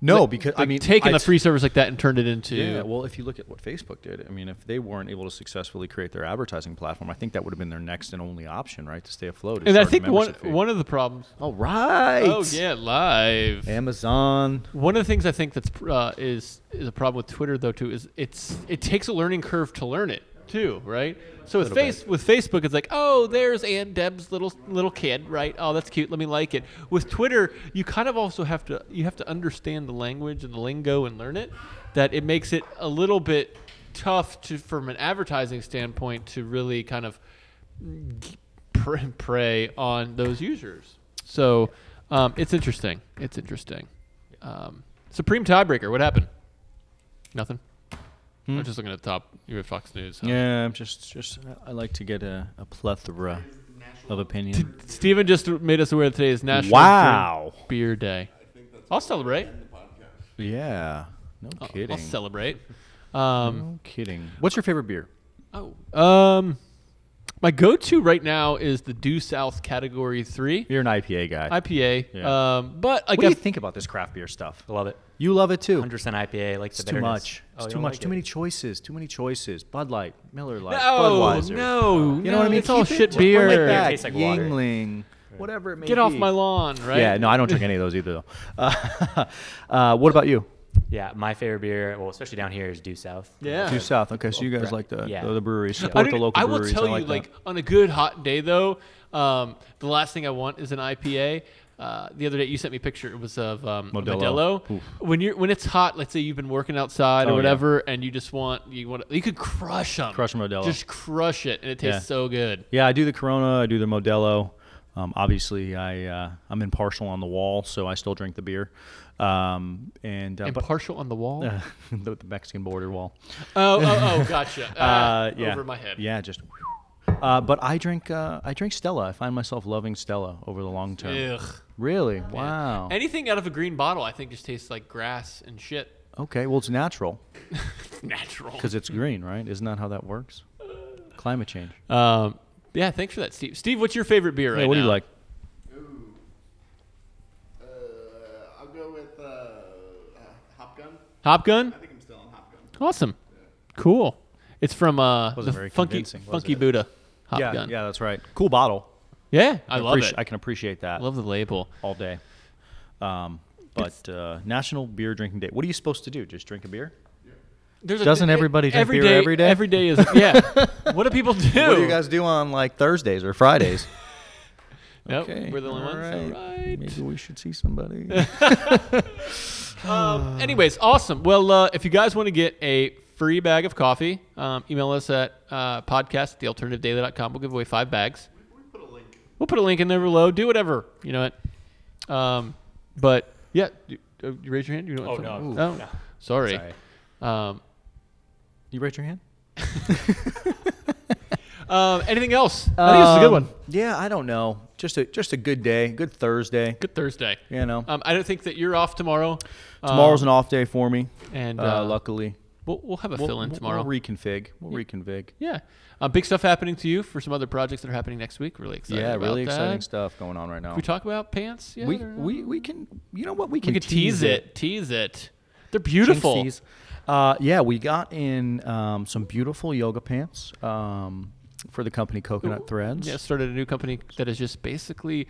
Speaker 1: No,
Speaker 2: Like-
Speaker 1: because I
Speaker 2: like,
Speaker 1: mean,
Speaker 2: taking
Speaker 1: I
Speaker 2: a
Speaker 1: t-
Speaker 2: free service like that and turned it into
Speaker 1: Yeah, well, if you look at what Facebook did, I mean, if they weren't able to successfully create their advertising platform, I think that would have been their next and only option, right, to stay afloat. is
Speaker 2: and I
Speaker 1: charge a
Speaker 2: think one
Speaker 1: membership fee.
Speaker 2: one of the problems.
Speaker 1: All right.
Speaker 2: Oh yeah, live.
Speaker 1: Amazon.
Speaker 2: One of the things I think that's uh, is is a problem with Twitter though too is it's it takes a learning curve to learn it too, right? So with face with Facebook, it's like oh, there's Aunt Deb's little little kid, right? Oh, that's cute. Let me like it. With Twitter, you kind of also have to you have to understand the language and the lingo and learn it. That it makes it a little bit tough to from an advertising standpoint to really kind of pre- prey on those users. So um, it's interesting. It's interesting. Um, Supreme tiebreaker. What happened? Nothing. I'm just looking at the top. You have Fox News. so-
Speaker 1: Hmm. Yeah, I'm just, just, I like to get a, a plethora of opinion.
Speaker 2: Steven just made us aware that today is National
Speaker 1: Wow.
Speaker 2: Drink Beer Day. I'll celebrate.
Speaker 1: Yeah. No
Speaker 2: I'll-
Speaker 1: kidding.
Speaker 2: I'll celebrate. Um,
Speaker 1: No kidding. What's your favorite beer?
Speaker 2: oh. Um, my go-to right now is the Due South Category Three
Speaker 1: You're an IPA guy.
Speaker 2: IPA.
Speaker 1: Yeah.
Speaker 2: Um, but like
Speaker 1: what do
Speaker 2: I
Speaker 1: you think about this craft beer stuff?
Speaker 4: I love it.
Speaker 1: You love it too.
Speaker 4: 100% IPA. Like
Speaker 1: It's
Speaker 4: the
Speaker 1: too
Speaker 4: bitterness.
Speaker 1: much.
Speaker 4: Oh,
Speaker 1: It's
Speaker 4: you
Speaker 1: too
Speaker 4: don't
Speaker 1: much.
Speaker 4: like
Speaker 1: too
Speaker 4: it?
Speaker 1: many choices. Too many choices. Bud Light, Miller Light,
Speaker 2: no,
Speaker 1: Budweiser.
Speaker 2: no,
Speaker 1: You know what I mean?
Speaker 2: It's all
Speaker 1: Keep it
Speaker 2: shit
Speaker 1: just
Speaker 2: beer.
Speaker 1: Like that.
Speaker 4: Tastes like water.
Speaker 1: Yingling, whatever it may
Speaker 2: Get off
Speaker 1: be.
Speaker 2: my lawn, right?
Speaker 1: Yeah, no, I don't drink any of those either, though. Uh, uh, what about you?
Speaker 4: Yeah, my favorite beer, well, especially down here, is Due South.
Speaker 2: Yeah.
Speaker 1: Due south. Okay, so you guys
Speaker 4: Right.
Speaker 1: like the
Speaker 4: Yeah.
Speaker 1: the, the breweries.
Speaker 2: I,
Speaker 1: Support the
Speaker 2: didn't-
Speaker 1: local
Speaker 2: I will
Speaker 1: breweries.
Speaker 2: tell
Speaker 1: I like
Speaker 2: you,
Speaker 1: that.
Speaker 2: like on a good hot day though, um, the last thing I want is an IPA. Uh, the other day you sent me a picture. It was of um, a
Speaker 1: Modelo.
Speaker 2: Modelo.
Speaker 1: Oof.
Speaker 2: When you're when it's hot, let's say you've been working outside
Speaker 1: Oh,
Speaker 2: or
Speaker 1: yeah.
Speaker 2: whatever, and you just want you want you could crush them.
Speaker 1: Crush 'em Modelo.
Speaker 2: Just crush it, and it tastes
Speaker 1: Yeah.
Speaker 2: so good.
Speaker 1: Yeah, I do the Corona. I do the Modelo. Um, obviously, I uh, I'm impartial on the wall, so I still drink the beer. Um, and uh,
Speaker 2: And
Speaker 1: but
Speaker 2: partial on the wall.
Speaker 1: uh, the, the Mexican border wall.
Speaker 2: Oh, oh, oh, gotcha. Uh,
Speaker 1: Uh, yeah.
Speaker 2: Over my head.
Speaker 1: Yeah, just. Uh, but I drink uh, I drink Stella. I find myself loving Stella over the long term.
Speaker 2: Ugh.
Speaker 1: Really? Wow.
Speaker 2: Anything out of a green bottle, I think, just tastes like grass and shit.
Speaker 1: okay. Well, it's natural
Speaker 2: Natural.
Speaker 1: because it's green, right? Isn't that how that works? Climate change.
Speaker 2: Um, yeah, thanks for that, Steve. Steve, what's your favorite beer right
Speaker 1: yeah, what do
Speaker 2: now?
Speaker 1: you like?
Speaker 3: Ooh. Uh, I'll go with uh, uh, Hopgun.
Speaker 2: Hopgun?
Speaker 3: I think I'm still on Hopgun.
Speaker 2: Awesome. Cool. It's from uh,
Speaker 1: Wasn't
Speaker 2: the
Speaker 1: very
Speaker 2: Funky,
Speaker 1: convincing, was
Speaker 2: funky
Speaker 1: it?
Speaker 2: Buddha Hopgun.
Speaker 1: yeah, yeah, that's right. Cool bottle.
Speaker 2: Yeah, I love
Speaker 1: Appreci-
Speaker 2: it.
Speaker 1: I can appreciate that.
Speaker 2: I love the label.
Speaker 1: all day. Um, but uh, National Beer Drinking Day. What are you supposed to do? Just drink a beer?
Speaker 2: There's
Speaker 1: Doesn't everybody drink
Speaker 2: every
Speaker 1: beer
Speaker 2: day-
Speaker 1: every day?
Speaker 2: Every day is yeah. what do people do?
Speaker 1: What do you guys do on like Thursdays or Fridays?
Speaker 2: Nope, we're the only ones. All right.
Speaker 1: Maybe we should see somebody.
Speaker 2: Um, anyways, awesome. Well, uh, if you guys want to get a free bag of coffee, um, email us at uh, podcast at thealternativedaily.com. We'll give away five bags.
Speaker 3: We put a link.
Speaker 2: We'll put a link in there below. Do whatever. You know it. Um, but yeah, you, uh, you raise your hand. You don't
Speaker 4: Oh, no.
Speaker 2: Oh, Sorry.
Speaker 1: Sorry.
Speaker 2: Um,
Speaker 1: you raise your hand?
Speaker 2: um, anything else? I think this
Speaker 1: Um,
Speaker 2: is a good one.
Speaker 1: Yeah, I don't know. Just a just a good day, good Thursday.
Speaker 2: Good Thursday.
Speaker 1: You know,
Speaker 2: Um, I don't think that you're off tomorrow. Um,
Speaker 1: tomorrow's an off day for me,
Speaker 2: and
Speaker 1: uh,
Speaker 2: uh,
Speaker 1: luckily.
Speaker 2: We'll, we'll have a
Speaker 1: We'll-
Speaker 2: fill in
Speaker 1: we'll-
Speaker 2: tomorrow.
Speaker 1: We'll reconfig. We'll reconfig.
Speaker 2: yeah, um, big stuff happening to you for some other projects that are happening next week. Really excited.
Speaker 1: yeah,
Speaker 2: about
Speaker 1: really
Speaker 2: that.
Speaker 1: exciting stuff going on right now.
Speaker 2: Can we talk about pants? Yet
Speaker 1: we,
Speaker 2: or no?
Speaker 1: we we can. You know what? We
Speaker 2: we
Speaker 1: can
Speaker 2: could tease it. Tease it. They're beautiful.
Speaker 1: Jinxies. Uh, yeah, we got in um, some beautiful yoga pants um, for the company Coconut Threads.
Speaker 2: Yeah, started a new company that is just basically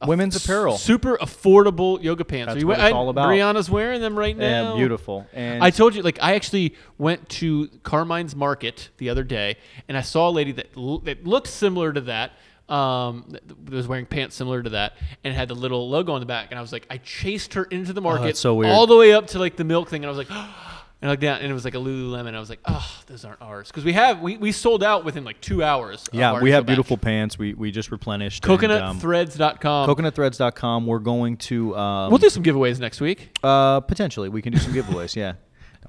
Speaker 2: a
Speaker 1: Women's
Speaker 2: s-
Speaker 1: apparel.
Speaker 2: super affordable yoga pants.
Speaker 1: That's
Speaker 2: Are you
Speaker 1: what
Speaker 2: we-
Speaker 1: it's
Speaker 2: I-
Speaker 1: all about.
Speaker 2: Brianna's wearing them right
Speaker 1: Yeah,
Speaker 2: now.
Speaker 1: beautiful. And
Speaker 2: I told you, like, I actually went to Carmine's Market the other day, and I saw a lady that, l- that looked similar to that, um, that that was wearing pants similar to that, and had the little logo on the back. And I was like, I chased her into the market
Speaker 1: Oh, that's so weird.
Speaker 2: all the way up to like the milk thing, and I was like, and I looked down, and it was like a Lululemon. I was like, oh, those aren't ours because we have we, we sold out within like two hours. of
Speaker 1: yeah,
Speaker 2: our
Speaker 1: we have
Speaker 2: initial batch.
Speaker 1: beautiful pants. We we just replenished. and, um,
Speaker 2: CoconutThreads.com.
Speaker 1: CoconutThreads.com. We're going to um,
Speaker 2: we'll do some giveaways next week.
Speaker 1: uh, potentially we can do some giveaways. Yeah,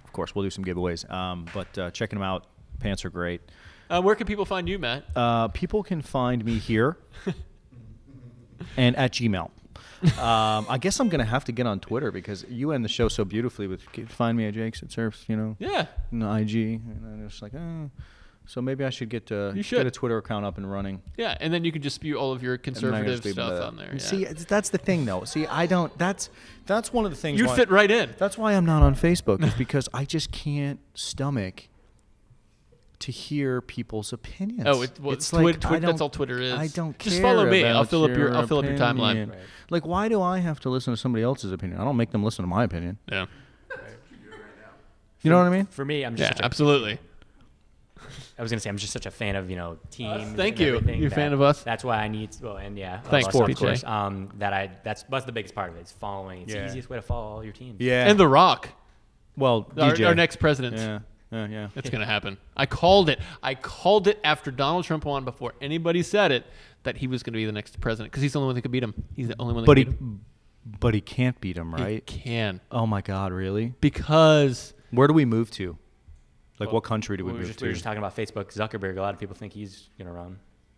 Speaker 1: of course we'll do some giveaways. Um, but uh, checking them out. Pants are great.
Speaker 2: Uh, where can people find you, Matt?
Speaker 1: Uh, people can find me here and at Gmail. um, I guess I'm gonna have to get on Twitter because you end the show so beautifully with find me at Jake's at Surfs, you know,
Speaker 2: Yeah.
Speaker 1: and IG, and I'm just like, eh. so maybe I should get uh,
Speaker 2: You
Speaker 1: get
Speaker 2: should.
Speaker 1: a Twitter account up and running.
Speaker 2: Yeah, and then you can just spew all of your
Speaker 1: And then I
Speaker 2: conservative
Speaker 1: just leave
Speaker 2: stuff
Speaker 1: it at
Speaker 2: on
Speaker 1: that.
Speaker 2: there.
Speaker 1: And
Speaker 2: yeah.
Speaker 1: See, it's- that's the thing though. See, I don't. That's that's one of the things.
Speaker 2: You'd
Speaker 1: why-
Speaker 2: fit right in.
Speaker 1: That's why I'm not on Facebook is because I just can't stomach to hear people's opinions.
Speaker 2: Oh, it- well,
Speaker 1: it's
Speaker 2: Twi-
Speaker 1: like
Speaker 2: Twi-
Speaker 1: I
Speaker 2: that's
Speaker 1: don't-
Speaker 2: all Twitter is.
Speaker 1: I don't care.
Speaker 2: Just follow me. I'll
Speaker 1: about
Speaker 2: fill up your-
Speaker 1: your
Speaker 2: I'll fill up your timeline.
Speaker 1: opinion.
Speaker 4: Right.
Speaker 1: Like, why do I have to listen to somebody else's opinion? I don't make them listen to my opinion.
Speaker 2: Yeah.
Speaker 1: You know what I mean?
Speaker 4: For me, I'm just
Speaker 2: Yeah,
Speaker 4: such a,
Speaker 2: absolutely.
Speaker 4: I was gonna say I'm just such a fan of you know teams. and
Speaker 2: thank you.
Speaker 4: everything
Speaker 2: You're a
Speaker 4: that-
Speaker 2: fan of us.
Speaker 4: That's why I need. Well, and yeah, of
Speaker 2: Thanks,
Speaker 4: us, of
Speaker 2: PJ.
Speaker 4: course. Um, that I that's that's the biggest part of it. It's following. It's
Speaker 1: Yeah.
Speaker 4: the easiest way to follow all your teams.
Speaker 1: Yeah.
Speaker 2: And The Rock,
Speaker 1: well,
Speaker 2: our,
Speaker 1: DJ.
Speaker 2: our next president.
Speaker 1: Yeah. Yeah. Yeah.
Speaker 2: It's going to happen. I called it. I called it after Donald Trump won before anybody said it that he was going to be the next president because he's the only one that could beat him. He's the only one that
Speaker 1: But
Speaker 2: could
Speaker 1: he,
Speaker 2: beat him.
Speaker 1: but he can't beat him,
Speaker 2: He
Speaker 1: right?
Speaker 2: can
Speaker 1: Oh my God, really?
Speaker 2: because
Speaker 1: Where do we move to? Like,
Speaker 4: Well,
Speaker 1: what country do
Speaker 4: we
Speaker 1: we
Speaker 4: were,
Speaker 1: move
Speaker 4: just, we
Speaker 1: to?
Speaker 4: were just talking about Facebook. Zuckerberg. A lot of people think he's gonna run.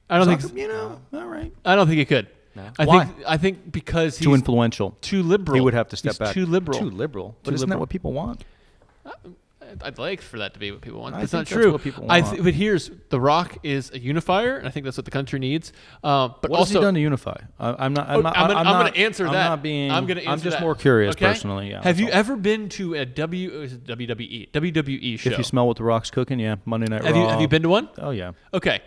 Speaker 2: I don't
Speaker 1: Zucker-
Speaker 2: think
Speaker 1: you know. All right.
Speaker 2: I don't think he could.
Speaker 4: No?
Speaker 2: I
Speaker 1: Why?
Speaker 2: think I think because he's
Speaker 1: Too influential.
Speaker 2: too liberal.
Speaker 1: He would have to step
Speaker 2: He's
Speaker 1: back.
Speaker 2: Too liberal.
Speaker 1: Too liberal. But
Speaker 2: Too
Speaker 1: isn't that
Speaker 2: liberal.
Speaker 1: what people want?
Speaker 2: I'd like for that to be what people want.
Speaker 1: I
Speaker 2: but It's not
Speaker 1: think that's
Speaker 2: true.
Speaker 1: what people
Speaker 2: I
Speaker 1: want.
Speaker 2: th- but here's The Rock is a unifier, and I think that's what the country needs. Um, but
Speaker 1: What
Speaker 2: also,
Speaker 1: has he done to unify? I, am not. I'm
Speaker 2: Oh,
Speaker 1: not.
Speaker 2: I'm, gonna, I'm,
Speaker 1: not-
Speaker 2: gonna answer
Speaker 1: I'm
Speaker 2: that.
Speaker 1: not being.
Speaker 2: I'm gonna answer
Speaker 1: I'm just
Speaker 2: that.
Speaker 1: more curious
Speaker 2: Okay?
Speaker 1: personally. Yeah.
Speaker 2: Have
Speaker 1: that's
Speaker 2: you
Speaker 1: all.
Speaker 2: ever been to a W E? it was WWE WWE show?
Speaker 1: If you smell what the rocks cooking, yeah, Monday Night
Speaker 2: have
Speaker 1: Raw.
Speaker 2: you have you been to one?
Speaker 1: Oh yeah.
Speaker 2: Okay.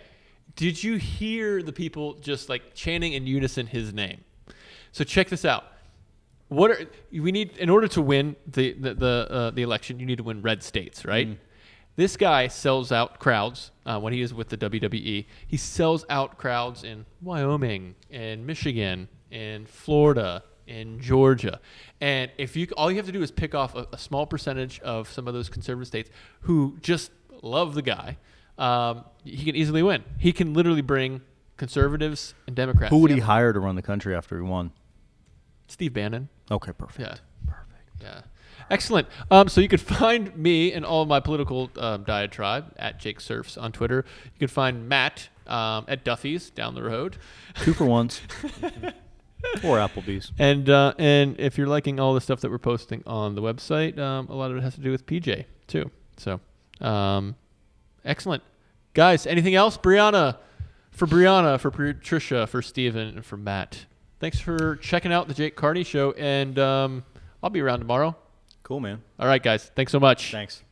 Speaker 2: Did you hear the people just like chanting in unison his name? So check this out. what are we need in order to win the the the, uh, the election? You need to win red states, right?
Speaker 1: Mm.
Speaker 2: This guy sells out crowds uh, when he is with the WWE. He sells out crowds in Wyoming and Michigan and Florida and Georgia. And if you all you have to do is pick off a, a small percentage of some of those conservative states who just love the guy, um, he can easily win. He can literally bring conservatives and Democrats.
Speaker 1: Who would he
Speaker 2: together.
Speaker 1: hire to run the country after he won?
Speaker 2: Steve Bannon.
Speaker 1: Okay, perfect.
Speaker 2: Yeah. Perfect. Yeah. Excellent. Um, so you could find me and all of my political um, diatribe at Jake Surfs on Twitter. You can find Matt um, at Duffy's down the road.
Speaker 1: Two for once. or Applebee's.
Speaker 2: And uh, and if you're liking all the stuff that we're posting on the website, um, a lot of it has to do with PJ too. So, um, excellent, guys. Anything else, Brianna? For Brianna, for Patricia, for Steven, and for Matt. Thanks for checking out the Jake Carney show, and um, I'll be around tomorrow.
Speaker 1: Cool, man.
Speaker 2: All right, guys. Thanks so much.
Speaker 1: Thanks.